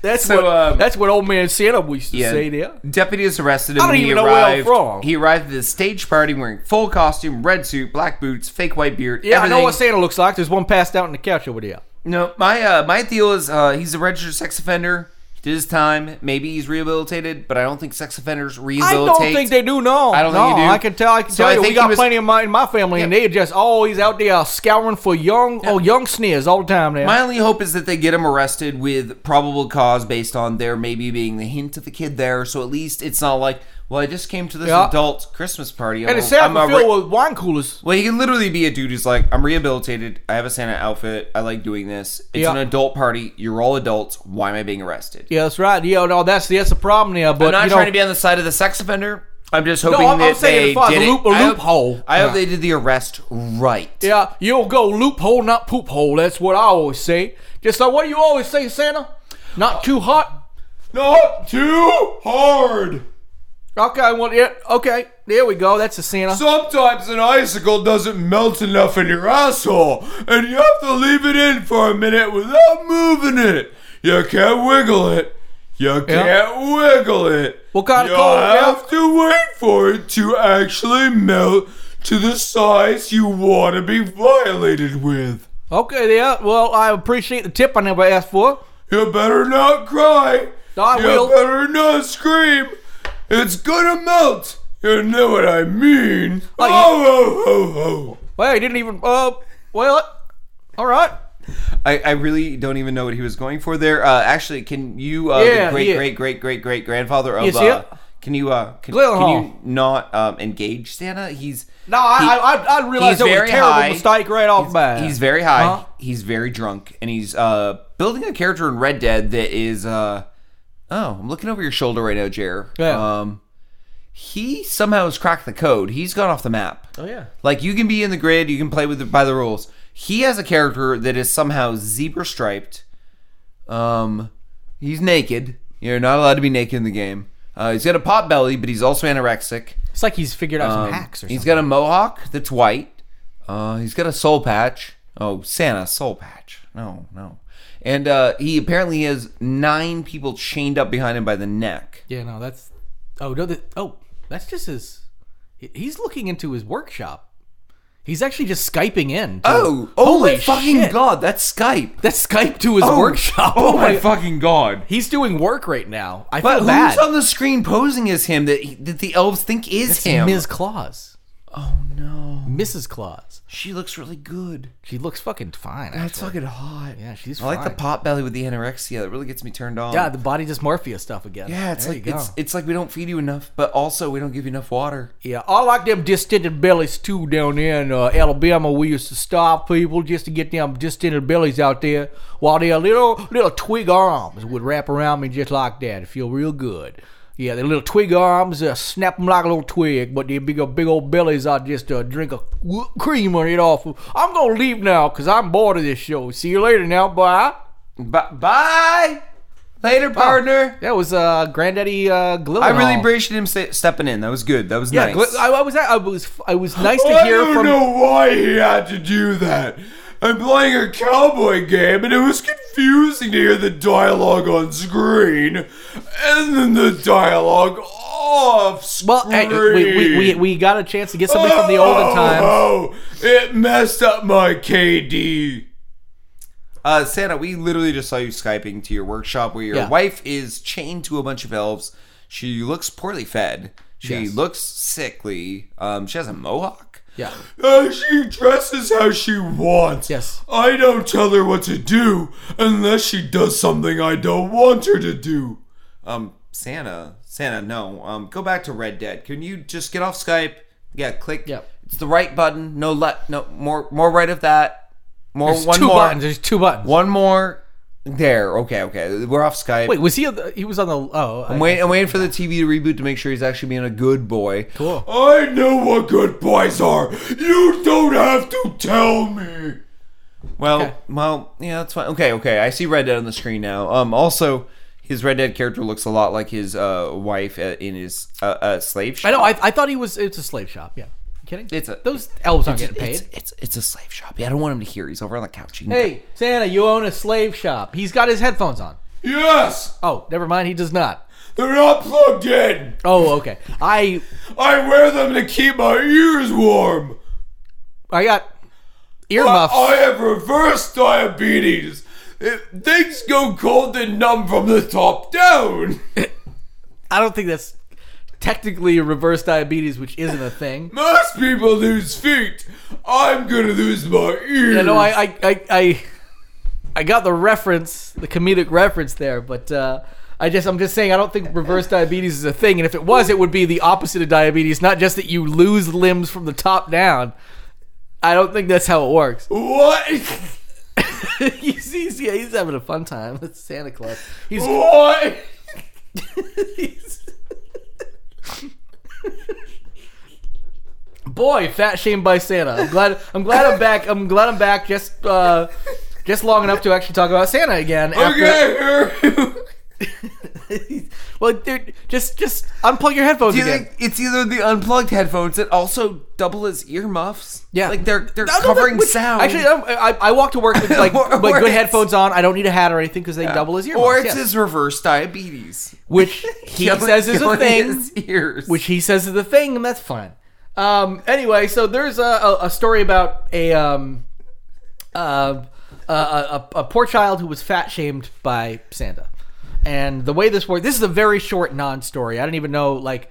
Speaker 3: That's
Speaker 2: So,
Speaker 3: what
Speaker 2: um,
Speaker 3: that's what old man Santa used to
Speaker 2: Yeah.
Speaker 3: say there.
Speaker 2: Deputies arrested him.
Speaker 3: I don't
Speaker 2: when he
Speaker 3: even know where I'm
Speaker 2: arrived.
Speaker 3: from.
Speaker 2: He arrived at the stage party wearing full costume, red suit, black boots, fake white beard.
Speaker 3: Yeah, I know
Speaker 2: everything.
Speaker 3: what Santa looks like. There's one passed out on the couch over there.
Speaker 2: No, my uh, my deal is uh, he's a registered sex offender. He did his time. Maybe he's rehabilitated, but I don't think sex offenders
Speaker 3: I
Speaker 2: rehabilitate.
Speaker 3: don't think they do. No,
Speaker 2: I don't
Speaker 3: no,
Speaker 2: think you do.
Speaker 3: I can tell. I can
Speaker 2: So
Speaker 3: tell
Speaker 2: I
Speaker 3: you, we
Speaker 2: think he
Speaker 3: got
Speaker 2: was-
Speaker 3: plenty of my in my family, and
Speaker 2: Yeah.
Speaker 3: they're just always out there scouring for young, oh, young sneers all the time. Now,
Speaker 2: My only hope is that they get him arrested with probable cause based on there maybe being the hint of the kid there. So at least it's not like, well, I just came to this
Speaker 3: Yeah.
Speaker 2: adult Christmas party. I'm
Speaker 3: and
Speaker 2: a-
Speaker 3: it's Santa
Speaker 2: I'm a re-
Speaker 3: filled with wine coolers.
Speaker 2: Well, he can literally be a dude who's like, I'm rehabilitated. I have a Santa outfit. I like doing this. It's
Speaker 3: Yeah.
Speaker 2: an adult party. You're all adults. Why am I being arrested?
Speaker 3: Yeah, that's right. Yeah, no, that's that's a problem there. But
Speaker 2: I'm not
Speaker 3: you know,
Speaker 2: trying to be on the side of the sex offender. I'm just hoping
Speaker 3: I'm- I'm
Speaker 2: that
Speaker 3: saying
Speaker 2: they
Speaker 3: as far as
Speaker 2: did
Speaker 3: a
Speaker 2: it-
Speaker 3: loop- a
Speaker 2: I hope-
Speaker 3: loophole.
Speaker 2: I hope
Speaker 3: Yeah.
Speaker 2: they did the arrest right.
Speaker 3: yeah, you'll go loophole, not poophole. That's what I always say. Just like what do you always say, Santa? Not too hot.
Speaker 2: Not too hard.
Speaker 3: Okay, well, yeah, okay, there we go. That's a Santa.
Speaker 2: Sometimes an icicle doesn't melt enough in your asshole, and you have to leave it in for a minute without moving it. You can't wiggle it. You wiggle it.
Speaker 3: What kind of cold milk?
Speaker 2: to wait for it to actually melt to the size you want to be violated with.
Speaker 3: Okay, yeah. Well, I appreciate the tip. I never asked for.
Speaker 2: You better not cry.
Speaker 3: I
Speaker 2: you
Speaker 3: will.
Speaker 2: better not scream. It's gonna melt. You know what I mean. Oh,
Speaker 3: you-
Speaker 2: ho, ho, ho.
Speaker 3: Well, he didn't even. Uh, well, all right.
Speaker 2: I, I really don't even know what he was going for there. Uh, actually, can you, uh,
Speaker 3: Yeah,
Speaker 2: the great,
Speaker 3: yeah.
Speaker 2: great, great, great, great grandfather of,
Speaker 3: Yes,
Speaker 2: uh,
Speaker 3: yeah.
Speaker 2: can you, uh, can, can
Speaker 3: Gyllenhaal.
Speaker 2: you not um, engage Santa? He's
Speaker 3: No, I
Speaker 2: he-
Speaker 3: I, I, I
Speaker 2: he's
Speaker 3: realized that was a
Speaker 2: very
Speaker 3: terrible
Speaker 2: high.
Speaker 3: mistake right off bat.
Speaker 2: He's very high.
Speaker 3: Huh?
Speaker 2: He's very drunk, and he's uh, building a character in Red Dead that is. Uh, oh, I'm looking over your shoulder right now, Jer.
Speaker 3: Yeah.
Speaker 2: Um, he somehow has cracked the code. He's gone off the map.
Speaker 3: Oh yeah.
Speaker 2: Like you can be in the grid, you can play with the, by the rules. He has a character that is somehow zebra striped. Um, he's naked. You're not allowed to be naked in the game. Uh, he's got a pot belly, but he's also anorexic.
Speaker 3: It's like he's figured out
Speaker 2: Um, He's got a mohawk that's white. Uh, he's got a soul patch. Oh, Santa soul patch. No, no. And uh, he apparently has nine people chained up behind him by the neck.
Speaker 3: Yeah, no, that's. Oh no, that, oh, that's just his. he- he's looking into his workshop. He's actually just skyping in. to-
Speaker 2: Oh, oh
Speaker 3: Holy
Speaker 2: my fucking
Speaker 3: shit.
Speaker 2: god, that's Skype.
Speaker 3: That's Skype to his
Speaker 2: Oh,
Speaker 3: workshop.
Speaker 2: Oh my fucking god.
Speaker 3: He's doing work right now. I
Speaker 2: But
Speaker 3: feel
Speaker 2: who's
Speaker 3: bad.
Speaker 2: on the screen posing as him that he, that the elves think is
Speaker 3: It's
Speaker 2: him?
Speaker 3: Ms. Claus.
Speaker 2: oh no,
Speaker 3: Mrs. Claus.
Speaker 2: she looks really good.
Speaker 3: She looks fucking fine.
Speaker 2: That's
Speaker 3: actually.
Speaker 2: fucking hot.
Speaker 3: Yeah, she's
Speaker 2: I like the
Speaker 3: fine.
Speaker 2: pot belly with the anorexia. That really gets me turned on.
Speaker 3: Yeah, the body dysmorphia stuff again.
Speaker 2: Yeah, it's
Speaker 3: There
Speaker 2: like
Speaker 3: you go.
Speaker 2: it's it's like we don't feed you enough, but also we don't give you enough water.
Speaker 3: Yeah, I like them distended bellies too down there in uh, Alabama. We used to starve people just to get them distended bellies out there, while their little little twig arms would wrap around me just like that. It'd feel real good. Yeah, their little twig arms, uh, snap them like a little twig, but their big, old- big old bellies, I just uh, drink a whipped cream on it off. I'm gonna leave now because I'm bored of this show. See you later now, bye.
Speaker 2: Bye, bye.
Speaker 3: Oh.
Speaker 2: later, partner.
Speaker 3: That was uh, Granddaddy uh, Gyllenhaal.
Speaker 2: I really appreciate him sta stepping in. That was good. That was
Speaker 3: Yeah,
Speaker 2: nice.
Speaker 3: Gly- I, I was I was I was nice
Speaker 2: Oh,
Speaker 3: to hear from.
Speaker 2: why he had to do that. I'm playing a cowboy game, and it was confusing to hear the dialogue on screen, and then the dialogue off screen.
Speaker 3: Well, hey, we, we, we, we got a chance to get something from the olden times.
Speaker 2: Oh, it messed up my KD. Uh, Santa, we literally just saw you Skyping to your workshop where your
Speaker 3: Yeah.
Speaker 2: wife is chained to a bunch of elves. She looks poorly fed. She
Speaker 3: Yes.
Speaker 2: looks sickly. Um, she has a mohawk.
Speaker 3: Yeah.
Speaker 2: Uh, she dresses how she wants.
Speaker 3: Yes.
Speaker 2: I don't tell her what to do unless she does something I don't want her to do. Um, Santa, Santa, no. Um, go back to Red Dead. Can you just get off Skype? Yeah, click.
Speaker 3: Yep.
Speaker 2: It's the right button. No left. No more. More right of that. More.
Speaker 3: There's
Speaker 2: one
Speaker 3: two
Speaker 2: more.
Speaker 3: buttons. There's two buttons.
Speaker 2: One more. There. Okay. Okay. We're off Skype.
Speaker 3: Wait, was he? on the- He was on the. Oh, I-
Speaker 2: I'm waiting, I'm waiting for the TV to reboot to make sure he's actually being a good boy.
Speaker 3: Cool.
Speaker 2: I know what good boys are. You don't have to tell me. Well,
Speaker 3: Okay.
Speaker 2: well, yeah, that's fine. Okay, okay. I see Red Dead on the screen now. Um, also, his Red Dead character looks a lot like his uh wife uh, in his uh, uh slave shop.
Speaker 3: I know. I, I thought he was. It's a slave shop. Yeah. You kidding?
Speaker 2: It's a-
Speaker 3: Those elves aren't getting
Speaker 2: It's,
Speaker 3: paid.
Speaker 2: it's it's a slave shop. Yeah, I don't want him to hear. He's over on the couch. He can-
Speaker 3: Hey, Santa, you own a slave shop. He's got his headphones on.
Speaker 4: Yes,
Speaker 3: Oh, never mind. He does not.
Speaker 4: they're not plugged in.
Speaker 3: Oh, okay. I
Speaker 4: I wear them to keep my ears warm.
Speaker 3: I got
Speaker 4: I,
Speaker 3: earmuffs.
Speaker 4: I have reverse diabetes. If things go cold and numb from the top down.
Speaker 3: I don't think that's technically reverse diabetes, which isn't a thing.
Speaker 4: Most people lose feet. I'm gonna lose my ears.
Speaker 3: Yeah, no, I, I, I, I, I got the reference, the comedic reference there, but uh, I just, I'm just saying, I don't think reverse diabetes is a thing, and if it was, it would be the opposite of diabetes, not just that you lose limbs from the top down. I don't think that's how it works.
Speaker 4: What?
Speaker 3: he's, he's, yeah, he's having a fun time. It's Santa Claus. He's,
Speaker 4: What?
Speaker 3: he's- Boy, fat shamed by Santa. I'm glad. I'm glad I'm back. I'm glad I'm back. Just, uh, just long enough to actually talk about Santa again. after-
Speaker 4: Okay, here.
Speaker 3: well, dude, just just unplug your headphones
Speaker 2: Do you
Speaker 3: again.
Speaker 2: think it's either the unplugged headphones that also double as earmuffs?
Speaker 3: Yeah.
Speaker 2: like they're they're
Speaker 3: No, no,
Speaker 2: covering
Speaker 3: which-
Speaker 2: sound.
Speaker 3: Actually, I, I, I walk to work with like
Speaker 2: Or-
Speaker 3: like
Speaker 2: or
Speaker 3: good
Speaker 2: it's-
Speaker 3: headphones on. I don't need a hat or anything because they double as earmuffs.
Speaker 2: or it's
Speaker 3: yes.
Speaker 2: his reverse diabetes.
Speaker 3: which he
Speaker 2: Killing-
Speaker 3: says is a
Speaker 2: killing
Speaker 3: thing.
Speaker 2: his ears.
Speaker 3: Which he says is a thing, and that's fine. Um, anyway, so there's a, a, a story about a um, uh, a, a, a poor child who was fat shamed by Santa, and the way this worked. This is a very short non-story. I don't even know like.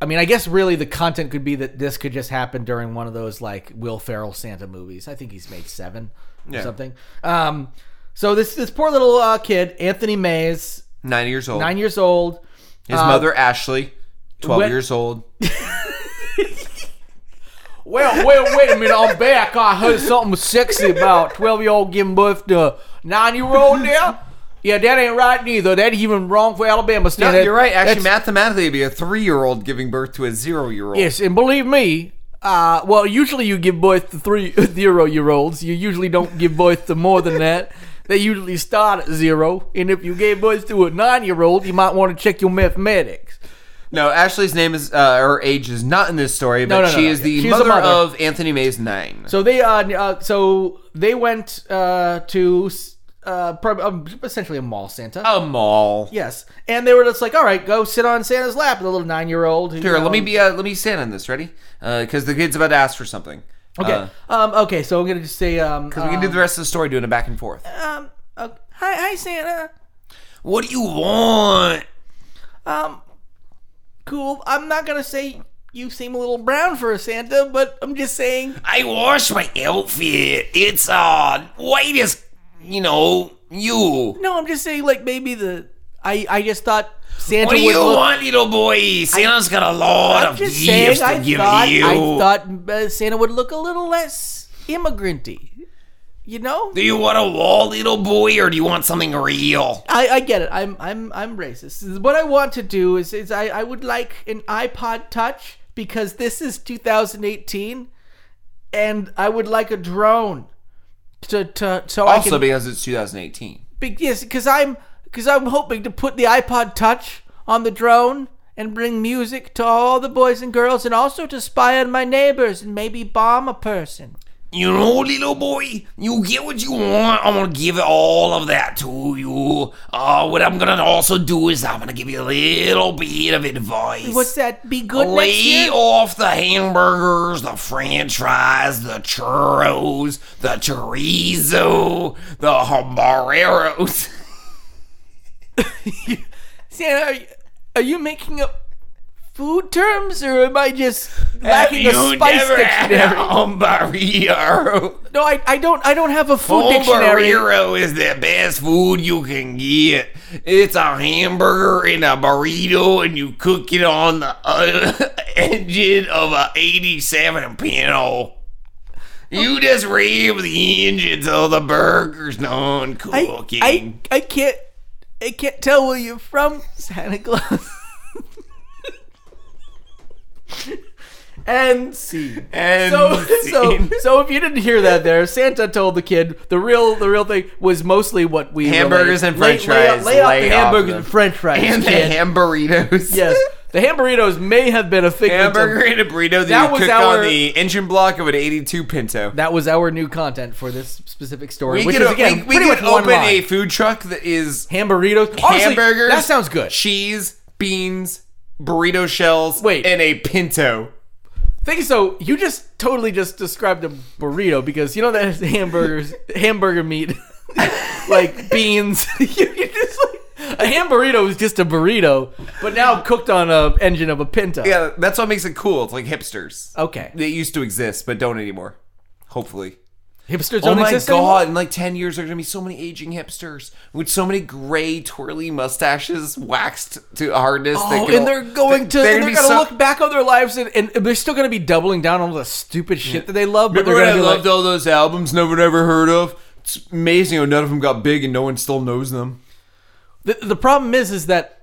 Speaker 3: I mean, I guess really the content could be that this could just happen during one of those like Will Ferrell Santa movies. I think he's made seven or something. Um, so this this poor little uh, kid, Anthony Mays,
Speaker 2: nine years old.
Speaker 3: nine years old.
Speaker 2: His mother Ashley, twelve
Speaker 3: when-
Speaker 2: years old.
Speaker 3: Well, well, wait a minute. I'm back. I heard something sexy about 12 year old giving birth to a 9 year old there. Yeah, that ain't right neither. That even wrong for Alabama
Speaker 2: No,
Speaker 3: standards.
Speaker 2: you're right. Actually,
Speaker 3: That's-
Speaker 2: mathematically, it'd be a three-year-old giving birth to a zero-year-old.
Speaker 3: Yes, and believe me, uh, well, usually you give birth to three zero year olds. You usually don't give birth to more than that. They usually start at zero. And if you gave birth to a nine year old, you might want to check your mathematics.
Speaker 2: No, Ashley's name is uh, her age is not in this story, but
Speaker 3: No, no, no,
Speaker 2: she
Speaker 3: no.
Speaker 2: is the
Speaker 3: She's a
Speaker 2: mother,
Speaker 3: mother.
Speaker 2: of Anthony Mays nine.
Speaker 3: So they uh, uh so they went uh to uh, prob- um, essentially a mall Santa.
Speaker 2: A mall.
Speaker 3: Yes, and they were just like, "All right, go sit on Santa's lap." The little nine-year-old. who,
Speaker 2: Here, let me
Speaker 3: um,
Speaker 2: be. Uh, let me stand on this. Ready? Because the kid's about to ask for something.
Speaker 3: Okay.
Speaker 2: Uh,
Speaker 3: um. Okay. So I'm gonna just say. Um.
Speaker 2: we can do the rest of the story doing it back and forth.
Speaker 3: Um. uh, hi, hi, Santa.
Speaker 2: What do you want?
Speaker 3: Um. Cool. I'm not gonna say you seem a little brown for a Santa, but I'm just saying.
Speaker 2: I wash my outfit. It's uh white as you know oh, you.
Speaker 3: No, I'm just saying. Like maybe the. I I just thought Santa would look.
Speaker 2: want, little boy? Santa's got a lot
Speaker 3: I'm just saying. I thought I thought uh, Santa would look a little less immigranty. You know.
Speaker 2: do you want a wall, little boy, or do you want something real?
Speaker 3: I, I get it. I'm I'm I'm racist. What I want to do is is I, I would like an iPod Touch because this is 2018, and I would like a drone to to so I
Speaker 2: Also,
Speaker 3: can
Speaker 2: because it's 2018.
Speaker 3: be, yes because I'm because I'm hoping to put the iPod Touch on the drone and bring music to all the boys and girls and also to spy on my neighbors and maybe bomb a person.
Speaker 2: You know, little boy, you get what you want. I'm gonna give all of that to you. Uh, what I'm gonna also do is I'm gonna give you a little bit of advice.
Speaker 3: What's that? Be good next
Speaker 2: Lay
Speaker 3: year.
Speaker 2: off the hamburgers, the french fries, the churros, the chorizo, the habaneros.
Speaker 3: Santa, are you, are you making up food terms, or am I just
Speaker 2: Have
Speaker 3: lacking a
Speaker 2: you
Speaker 3: spice
Speaker 2: never had a
Speaker 3: dictionary?
Speaker 2: Habanero.
Speaker 3: No, I, I don't I don't have a food dictionary.
Speaker 2: Habanero is the best food you can get. It's a hamburger in a burrito, and you cook it on the uh, engine of a 87 Pinto. You just rev the engine till the burger's done
Speaker 3: I,
Speaker 2: cooking.
Speaker 3: I I can't I can't tell where you're from, Santa Claus. And see.
Speaker 2: and
Speaker 3: So, so,
Speaker 2: scene.
Speaker 3: so if you didn't hear that there, Santa told the kid the real the real thing was mostly what we
Speaker 2: Hamburgers
Speaker 3: related.
Speaker 2: and french
Speaker 3: Lay- lay off-
Speaker 2: fries.
Speaker 3: Lay, off
Speaker 2: Lay
Speaker 3: the
Speaker 2: off
Speaker 3: hamburgers
Speaker 2: them.
Speaker 3: and french fries.
Speaker 2: and the
Speaker 3: kid.
Speaker 2: ham burritos.
Speaker 3: Yes, the ham burritos may have been a figment.
Speaker 2: Hamburger
Speaker 3: Of,
Speaker 2: and a burrito that,
Speaker 3: That
Speaker 2: you
Speaker 3: was
Speaker 2: cook
Speaker 3: our-
Speaker 2: on the engine block of an 82 Pinto.
Speaker 3: that was our new content for this specific story,
Speaker 2: We
Speaker 3: which
Speaker 2: could,
Speaker 3: is again
Speaker 2: we, we
Speaker 3: pretty
Speaker 2: could
Speaker 3: much one
Speaker 2: open
Speaker 3: line.
Speaker 2: a food truck that is
Speaker 3: ham burritos, Honestly,
Speaker 2: hamburgers.
Speaker 3: That sounds good.
Speaker 2: Cheese, beans, burrito shells,
Speaker 3: Wait.
Speaker 2: and a pinto.
Speaker 3: Think so. You just totally just described a burrito because you know that is hamburgers, hamburger meat, like beans. you, you just like a ham burrito is just a burrito, but now cooked on a engine of a pinto.
Speaker 2: Yeah, that's what makes it cool. It's like hipsters.
Speaker 3: Okay.
Speaker 2: They used to exist, but don't anymore. Hopefully.
Speaker 3: Hipsters
Speaker 2: Oh
Speaker 3: don't
Speaker 2: my
Speaker 3: exist
Speaker 2: god,
Speaker 3: anymore?
Speaker 2: in like 10 years, there are going to be so many aging hipsters with so many gray, twirly mustaches waxed to hardness.
Speaker 3: Oh, and they're going to they're, gonna look back on their lives and, and they're still gonna be doubling down on all the stupid shit that they love. But
Speaker 2: Remember
Speaker 3: they're
Speaker 2: when I
Speaker 3: gonna be
Speaker 2: loved
Speaker 3: like,
Speaker 2: all those albums never ever heard of? It's amazing how none of them got big and no one still knows them.
Speaker 3: the, the problem is, is that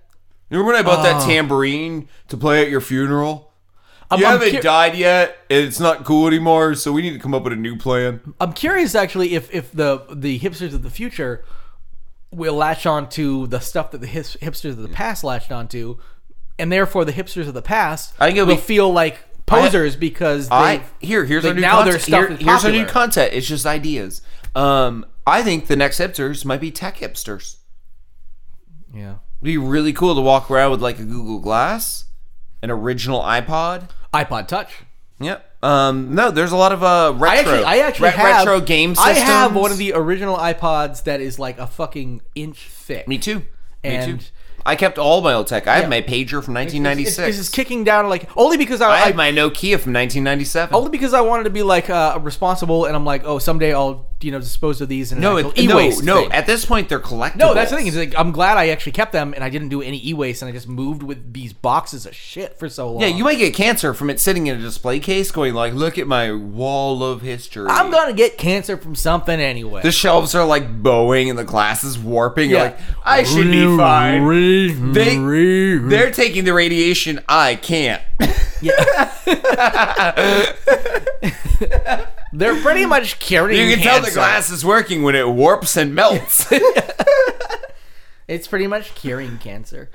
Speaker 2: Remember when I bought
Speaker 3: Oh.
Speaker 2: that tambourine to play at your funeral?
Speaker 3: I'm,
Speaker 2: You
Speaker 3: I'm
Speaker 2: haven't
Speaker 3: cur-
Speaker 2: died yet, and it's not cool anymore, so we need to come up with a new plan.
Speaker 3: I'm curious actually if if the the hipsters of the future will latch on to the stuff that the his, hipsters of the past latched onto, and therefore the hipsters of the past
Speaker 2: I think it'll
Speaker 3: will
Speaker 2: be-
Speaker 3: feel like posers because they
Speaker 2: I here here's
Speaker 3: they-
Speaker 2: our new
Speaker 3: now their
Speaker 2: content.
Speaker 3: stuff
Speaker 2: Here-
Speaker 3: is
Speaker 2: here's our new
Speaker 3: popular.
Speaker 2: content. It's just ideas. Um, I think the next hipsters might be tech hipsters.
Speaker 3: yeah
Speaker 2: It'd be really cool to walk around with like a Google Glass, an original iPod.
Speaker 3: iPod Touch.
Speaker 2: Yep. Um, no, there's a lot of uh retro.
Speaker 3: I actually, I actually
Speaker 2: re-
Speaker 3: have
Speaker 2: retro game
Speaker 3: I
Speaker 2: systems.
Speaker 3: have one of the original iPods that is like a fucking inch thick.
Speaker 2: Me too. Me
Speaker 3: And-
Speaker 2: too. I kept all my old tech. I
Speaker 3: Yeah.
Speaker 2: have my pager from
Speaker 3: It's,
Speaker 2: 1996.
Speaker 3: it's just kicking down like only because I, Oh,
Speaker 2: I
Speaker 3: I-
Speaker 2: have my Nokia from 1997.
Speaker 3: only because I wanted to be like uh, responsible, and I'm like, oh, someday I'll you know dispose of these and
Speaker 2: no,
Speaker 3: an
Speaker 2: it,
Speaker 3: actual
Speaker 2: no,
Speaker 3: e-waste
Speaker 2: no.
Speaker 3: thing.
Speaker 2: At this point, they're collectibles.
Speaker 3: No, that's the thing. Is like, I'm glad I actually kept them and I didn't do any e-waste and I just moved with these boxes of shit for so long.
Speaker 2: Yeah, you might get cancer from it sitting in a display case, going like, "Look at my wall of history."
Speaker 3: I'm gonna get cancer from something anyway.
Speaker 2: The shelves are like bowing, and the glass is warping. You're
Speaker 3: Yeah.
Speaker 2: like, I should be fine. They, they're taking the radiation. I can't.
Speaker 3: They're pretty much curing.
Speaker 2: You can tell the
Speaker 3: cancer.
Speaker 2: glass is working when it warps and melts.
Speaker 3: It's pretty much curing cancer.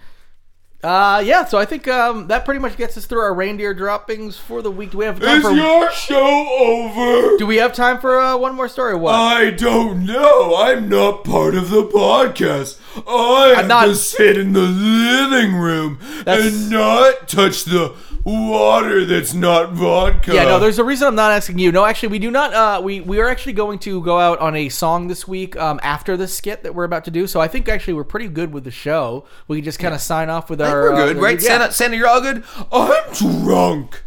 Speaker 3: Uh, yeah, so I think um, that pretty much gets us through our reindeer droppings for the week. Do we have time
Speaker 4: Is
Speaker 3: for?
Speaker 4: your show over?
Speaker 3: do we have time for uh, one more story? Or what?
Speaker 4: I don't know. I'm not part of the podcast. I have
Speaker 3: not-
Speaker 4: to sit in the living room
Speaker 3: That's-
Speaker 4: and not touch the water that's not vodka.
Speaker 3: yeah, no. There's a reason I'm not asking you. No, actually, we do not. Uh, we we are actually going to go out on a song this week. Um, after the skit that we're about to do, so I think actually we're pretty good with the show. We can just kind of sign off with our.
Speaker 2: We're
Speaker 3: uh,
Speaker 2: good,
Speaker 3: the-
Speaker 2: right?
Speaker 3: yeah.
Speaker 2: Santa, Santa, you're all good.
Speaker 4: I'm drunk.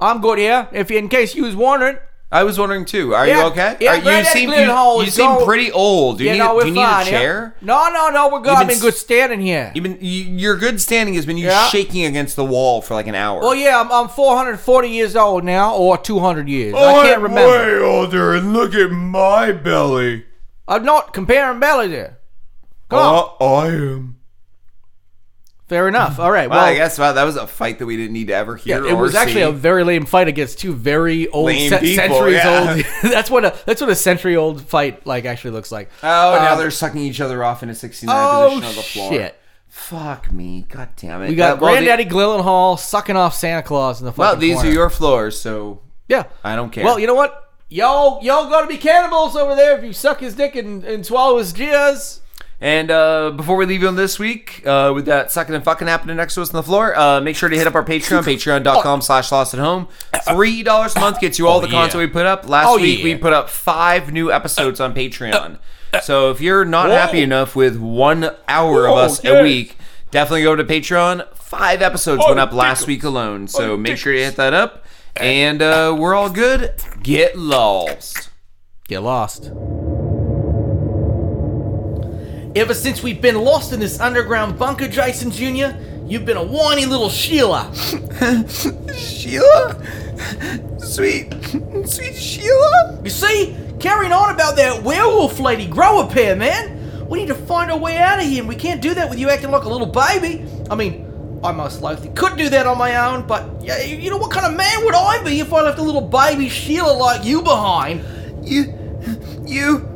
Speaker 3: I'm good. Yeah, if in case you was wondering.
Speaker 2: I was wondering too. Are
Speaker 3: Yeah,
Speaker 2: you okay?
Speaker 3: yeah,
Speaker 2: Are
Speaker 3: right
Speaker 2: you
Speaker 3: at
Speaker 2: seem
Speaker 3: Glen Hall
Speaker 2: you, you
Speaker 3: is
Speaker 2: seem
Speaker 3: all-
Speaker 2: pretty old. Do you
Speaker 3: Yeah,
Speaker 2: need,
Speaker 3: no, we're
Speaker 2: do you need
Speaker 3: fine.
Speaker 2: a
Speaker 3: yeah.
Speaker 2: chair?
Speaker 3: No, no, no. We're good.
Speaker 2: You've
Speaker 3: I'm
Speaker 2: been
Speaker 3: in good
Speaker 2: s-
Speaker 3: standing here.
Speaker 2: You've been you, your good standing has been you
Speaker 3: Yeah.
Speaker 2: shaking against the wall for like an hour.
Speaker 3: Well, Oh, yeah, I'm, I'm 440 years old now, or 200 years.
Speaker 2: Oh,
Speaker 4: I'm
Speaker 3: I can't remember.
Speaker 4: way older, and look at my belly.
Speaker 3: I'm not comparing belly there. Come on.
Speaker 4: Uh, I am.
Speaker 3: Fair enough. All right. Well,
Speaker 2: Well, I guess wow, that was a fight that we didn't need to ever hear.
Speaker 3: yeah, it
Speaker 2: or
Speaker 3: was actually
Speaker 2: see.
Speaker 3: a very lame fight against two very old,
Speaker 2: Lame
Speaker 3: cen-
Speaker 2: people,
Speaker 3: centuries
Speaker 2: yeah.
Speaker 3: old. that's what a that's what a century old fight like actually looks like.
Speaker 2: Oh, now
Speaker 3: Um,
Speaker 2: they're sucking each other off in a 69
Speaker 3: oh
Speaker 2: position on the floor.
Speaker 3: shit.
Speaker 2: Fuck me. God damn it.
Speaker 3: We got
Speaker 2: Uh, well, the-
Speaker 3: Granddaddy Gyllenhaal sucking off Santa Claus in the
Speaker 2: Well,
Speaker 3: fucking
Speaker 2: these
Speaker 3: corner.
Speaker 2: are your floors, so
Speaker 3: yeah.
Speaker 2: I don't care.
Speaker 3: Well, you know what? Y'all y'all gotta be cannibals over there if you suck his dick and, and swallow his jizz.
Speaker 2: And uh, before we leave you on this week, uh, with that sucking and fucking happening next to us on the floor, uh, make sure to hit up our Patreon, patreon.com slash lost at home. Three dollars a month gets you all the
Speaker 3: Oh, yeah.
Speaker 2: content we put up. Last
Speaker 3: Oh,
Speaker 2: week we
Speaker 3: yeah. Uh,
Speaker 2: put up five new episodes on Patreon. So if you're not happy enough with one hour of
Speaker 4: Whoa,
Speaker 2: us a
Speaker 4: yes.
Speaker 2: week, definitely go to Patreon. Five episodes
Speaker 3: Oh,
Speaker 2: went up last
Speaker 4: ridiculous.
Speaker 2: week alone, so make sure you hit that up. And uh, we're all good. Get lost.
Speaker 3: Get lost. Ever since we've been lost in this underground bunker, Jason Jr., you've been a whiny little Sheila.
Speaker 2: Sheila? Sweet, sweet Sheila?
Speaker 3: You see, carrying on about that werewolf lady grower pair, man. We need to find our way out of here, and we can't do that with you acting like a little baby. I mean, I most likely could do that on my own, but yeah, you you know what kind of man would I be if I left a little baby Sheila like you behind?
Speaker 2: You, you,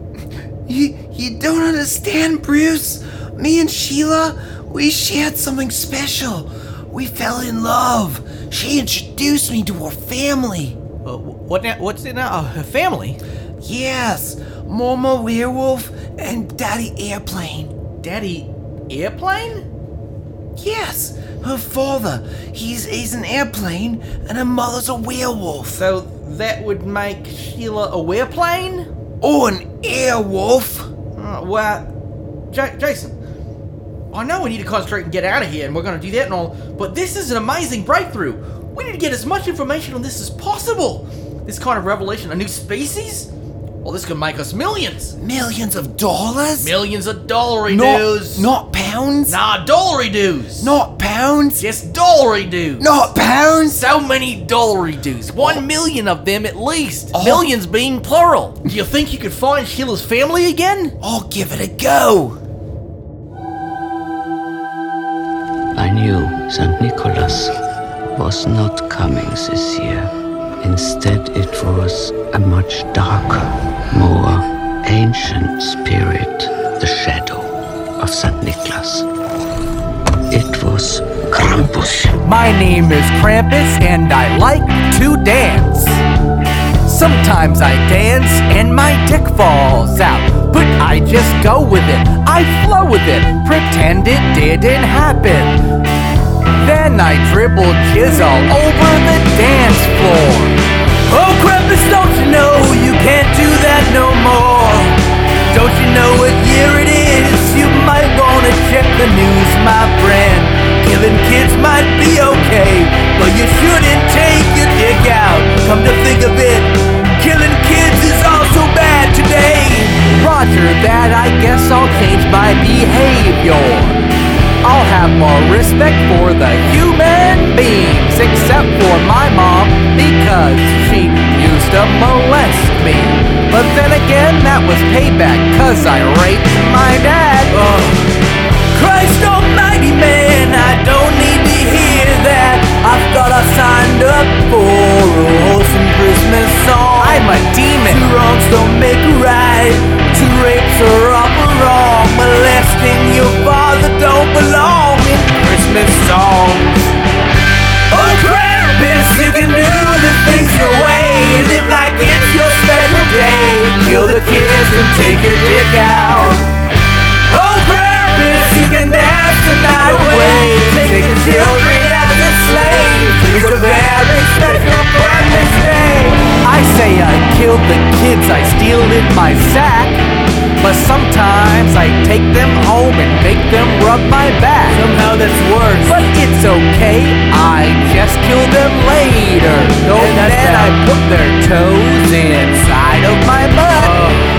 Speaker 2: you, you don't understand, Bruce. Me and Sheila, we shared something special. We fell in love. She introduced me to her family.
Speaker 3: Uh, wh- what now? What's it now? Uh, her family?
Speaker 2: Yes, Mama Werewolf and Daddy Airplane.
Speaker 3: Daddy, airplane?
Speaker 2: Yes, her father. He's he's an airplane, and her mother's a werewolf.
Speaker 3: So that would make Sheila a werplane?
Speaker 2: Or an airwolf.
Speaker 3: Uh, well, J- Jason, I know Oh, we need to concentrate and get out of here, and we're going to do that and all, but this is an amazing breakthrough. We need to get as much information on this as possible. This kind of revelation, a new species? Well, this could make us millions.
Speaker 2: Millions of dollars?
Speaker 3: Millions of dollary dues.
Speaker 2: not pounds?
Speaker 3: Nah, dollary dues.
Speaker 2: Not pounds?
Speaker 3: Just dollary dues.
Speaker 2: Not pounds? Oh.
Speaker 3: So many dollary dues. One million of them at least. Millions being plural. Do you think you could find Sheila's family again?
Speaker 2: I'll give it a go.
Speaker 5: I knew St. Nicholas was not coming this year. Instead, it was a much darker, more ancient spirit, the shadow of St. Nicholas. It was Krampus.
Speaker 6: My name is Krampus and I like to dance. Sometimes I dance and my dick falls out, but I just go with it. I flow with it, pretend it didn't happen. Then I dribble jizz all over the dance floor. Oh, Krampus, don't you know you can't do that no more? Don't you know what year it is? You might wanna check the news, my friend. Killing kids might be okay, but you shouldn't take your dick out. Come to think of it, killing kids is also bad today. Roger that, I guess I'll change my behavior. I'll have more respect for the human beings, except for my mom, because she used to molest me. But then again, that was payback, cause I raped my dad. Ugh. Christ almighty man, I don't need to hear that. I've got I signed up for a wholesome Christmas song. I'm a demon. Two wrongs don't make a right. Two rapes are all wrong. Molesting your father don't belong in Christmas song. Oh, dance and take your dick out. On purpose, you can dance the night away. Take the children as a slave. He's a very special purpose day. I say I killed the kids I steal in my sack. But sometimes I take them home and make them rub my back. Somehow that's worse. But it's okay, I just kill them Oh, later. No, and then I put their toes inside of my butt. Oh,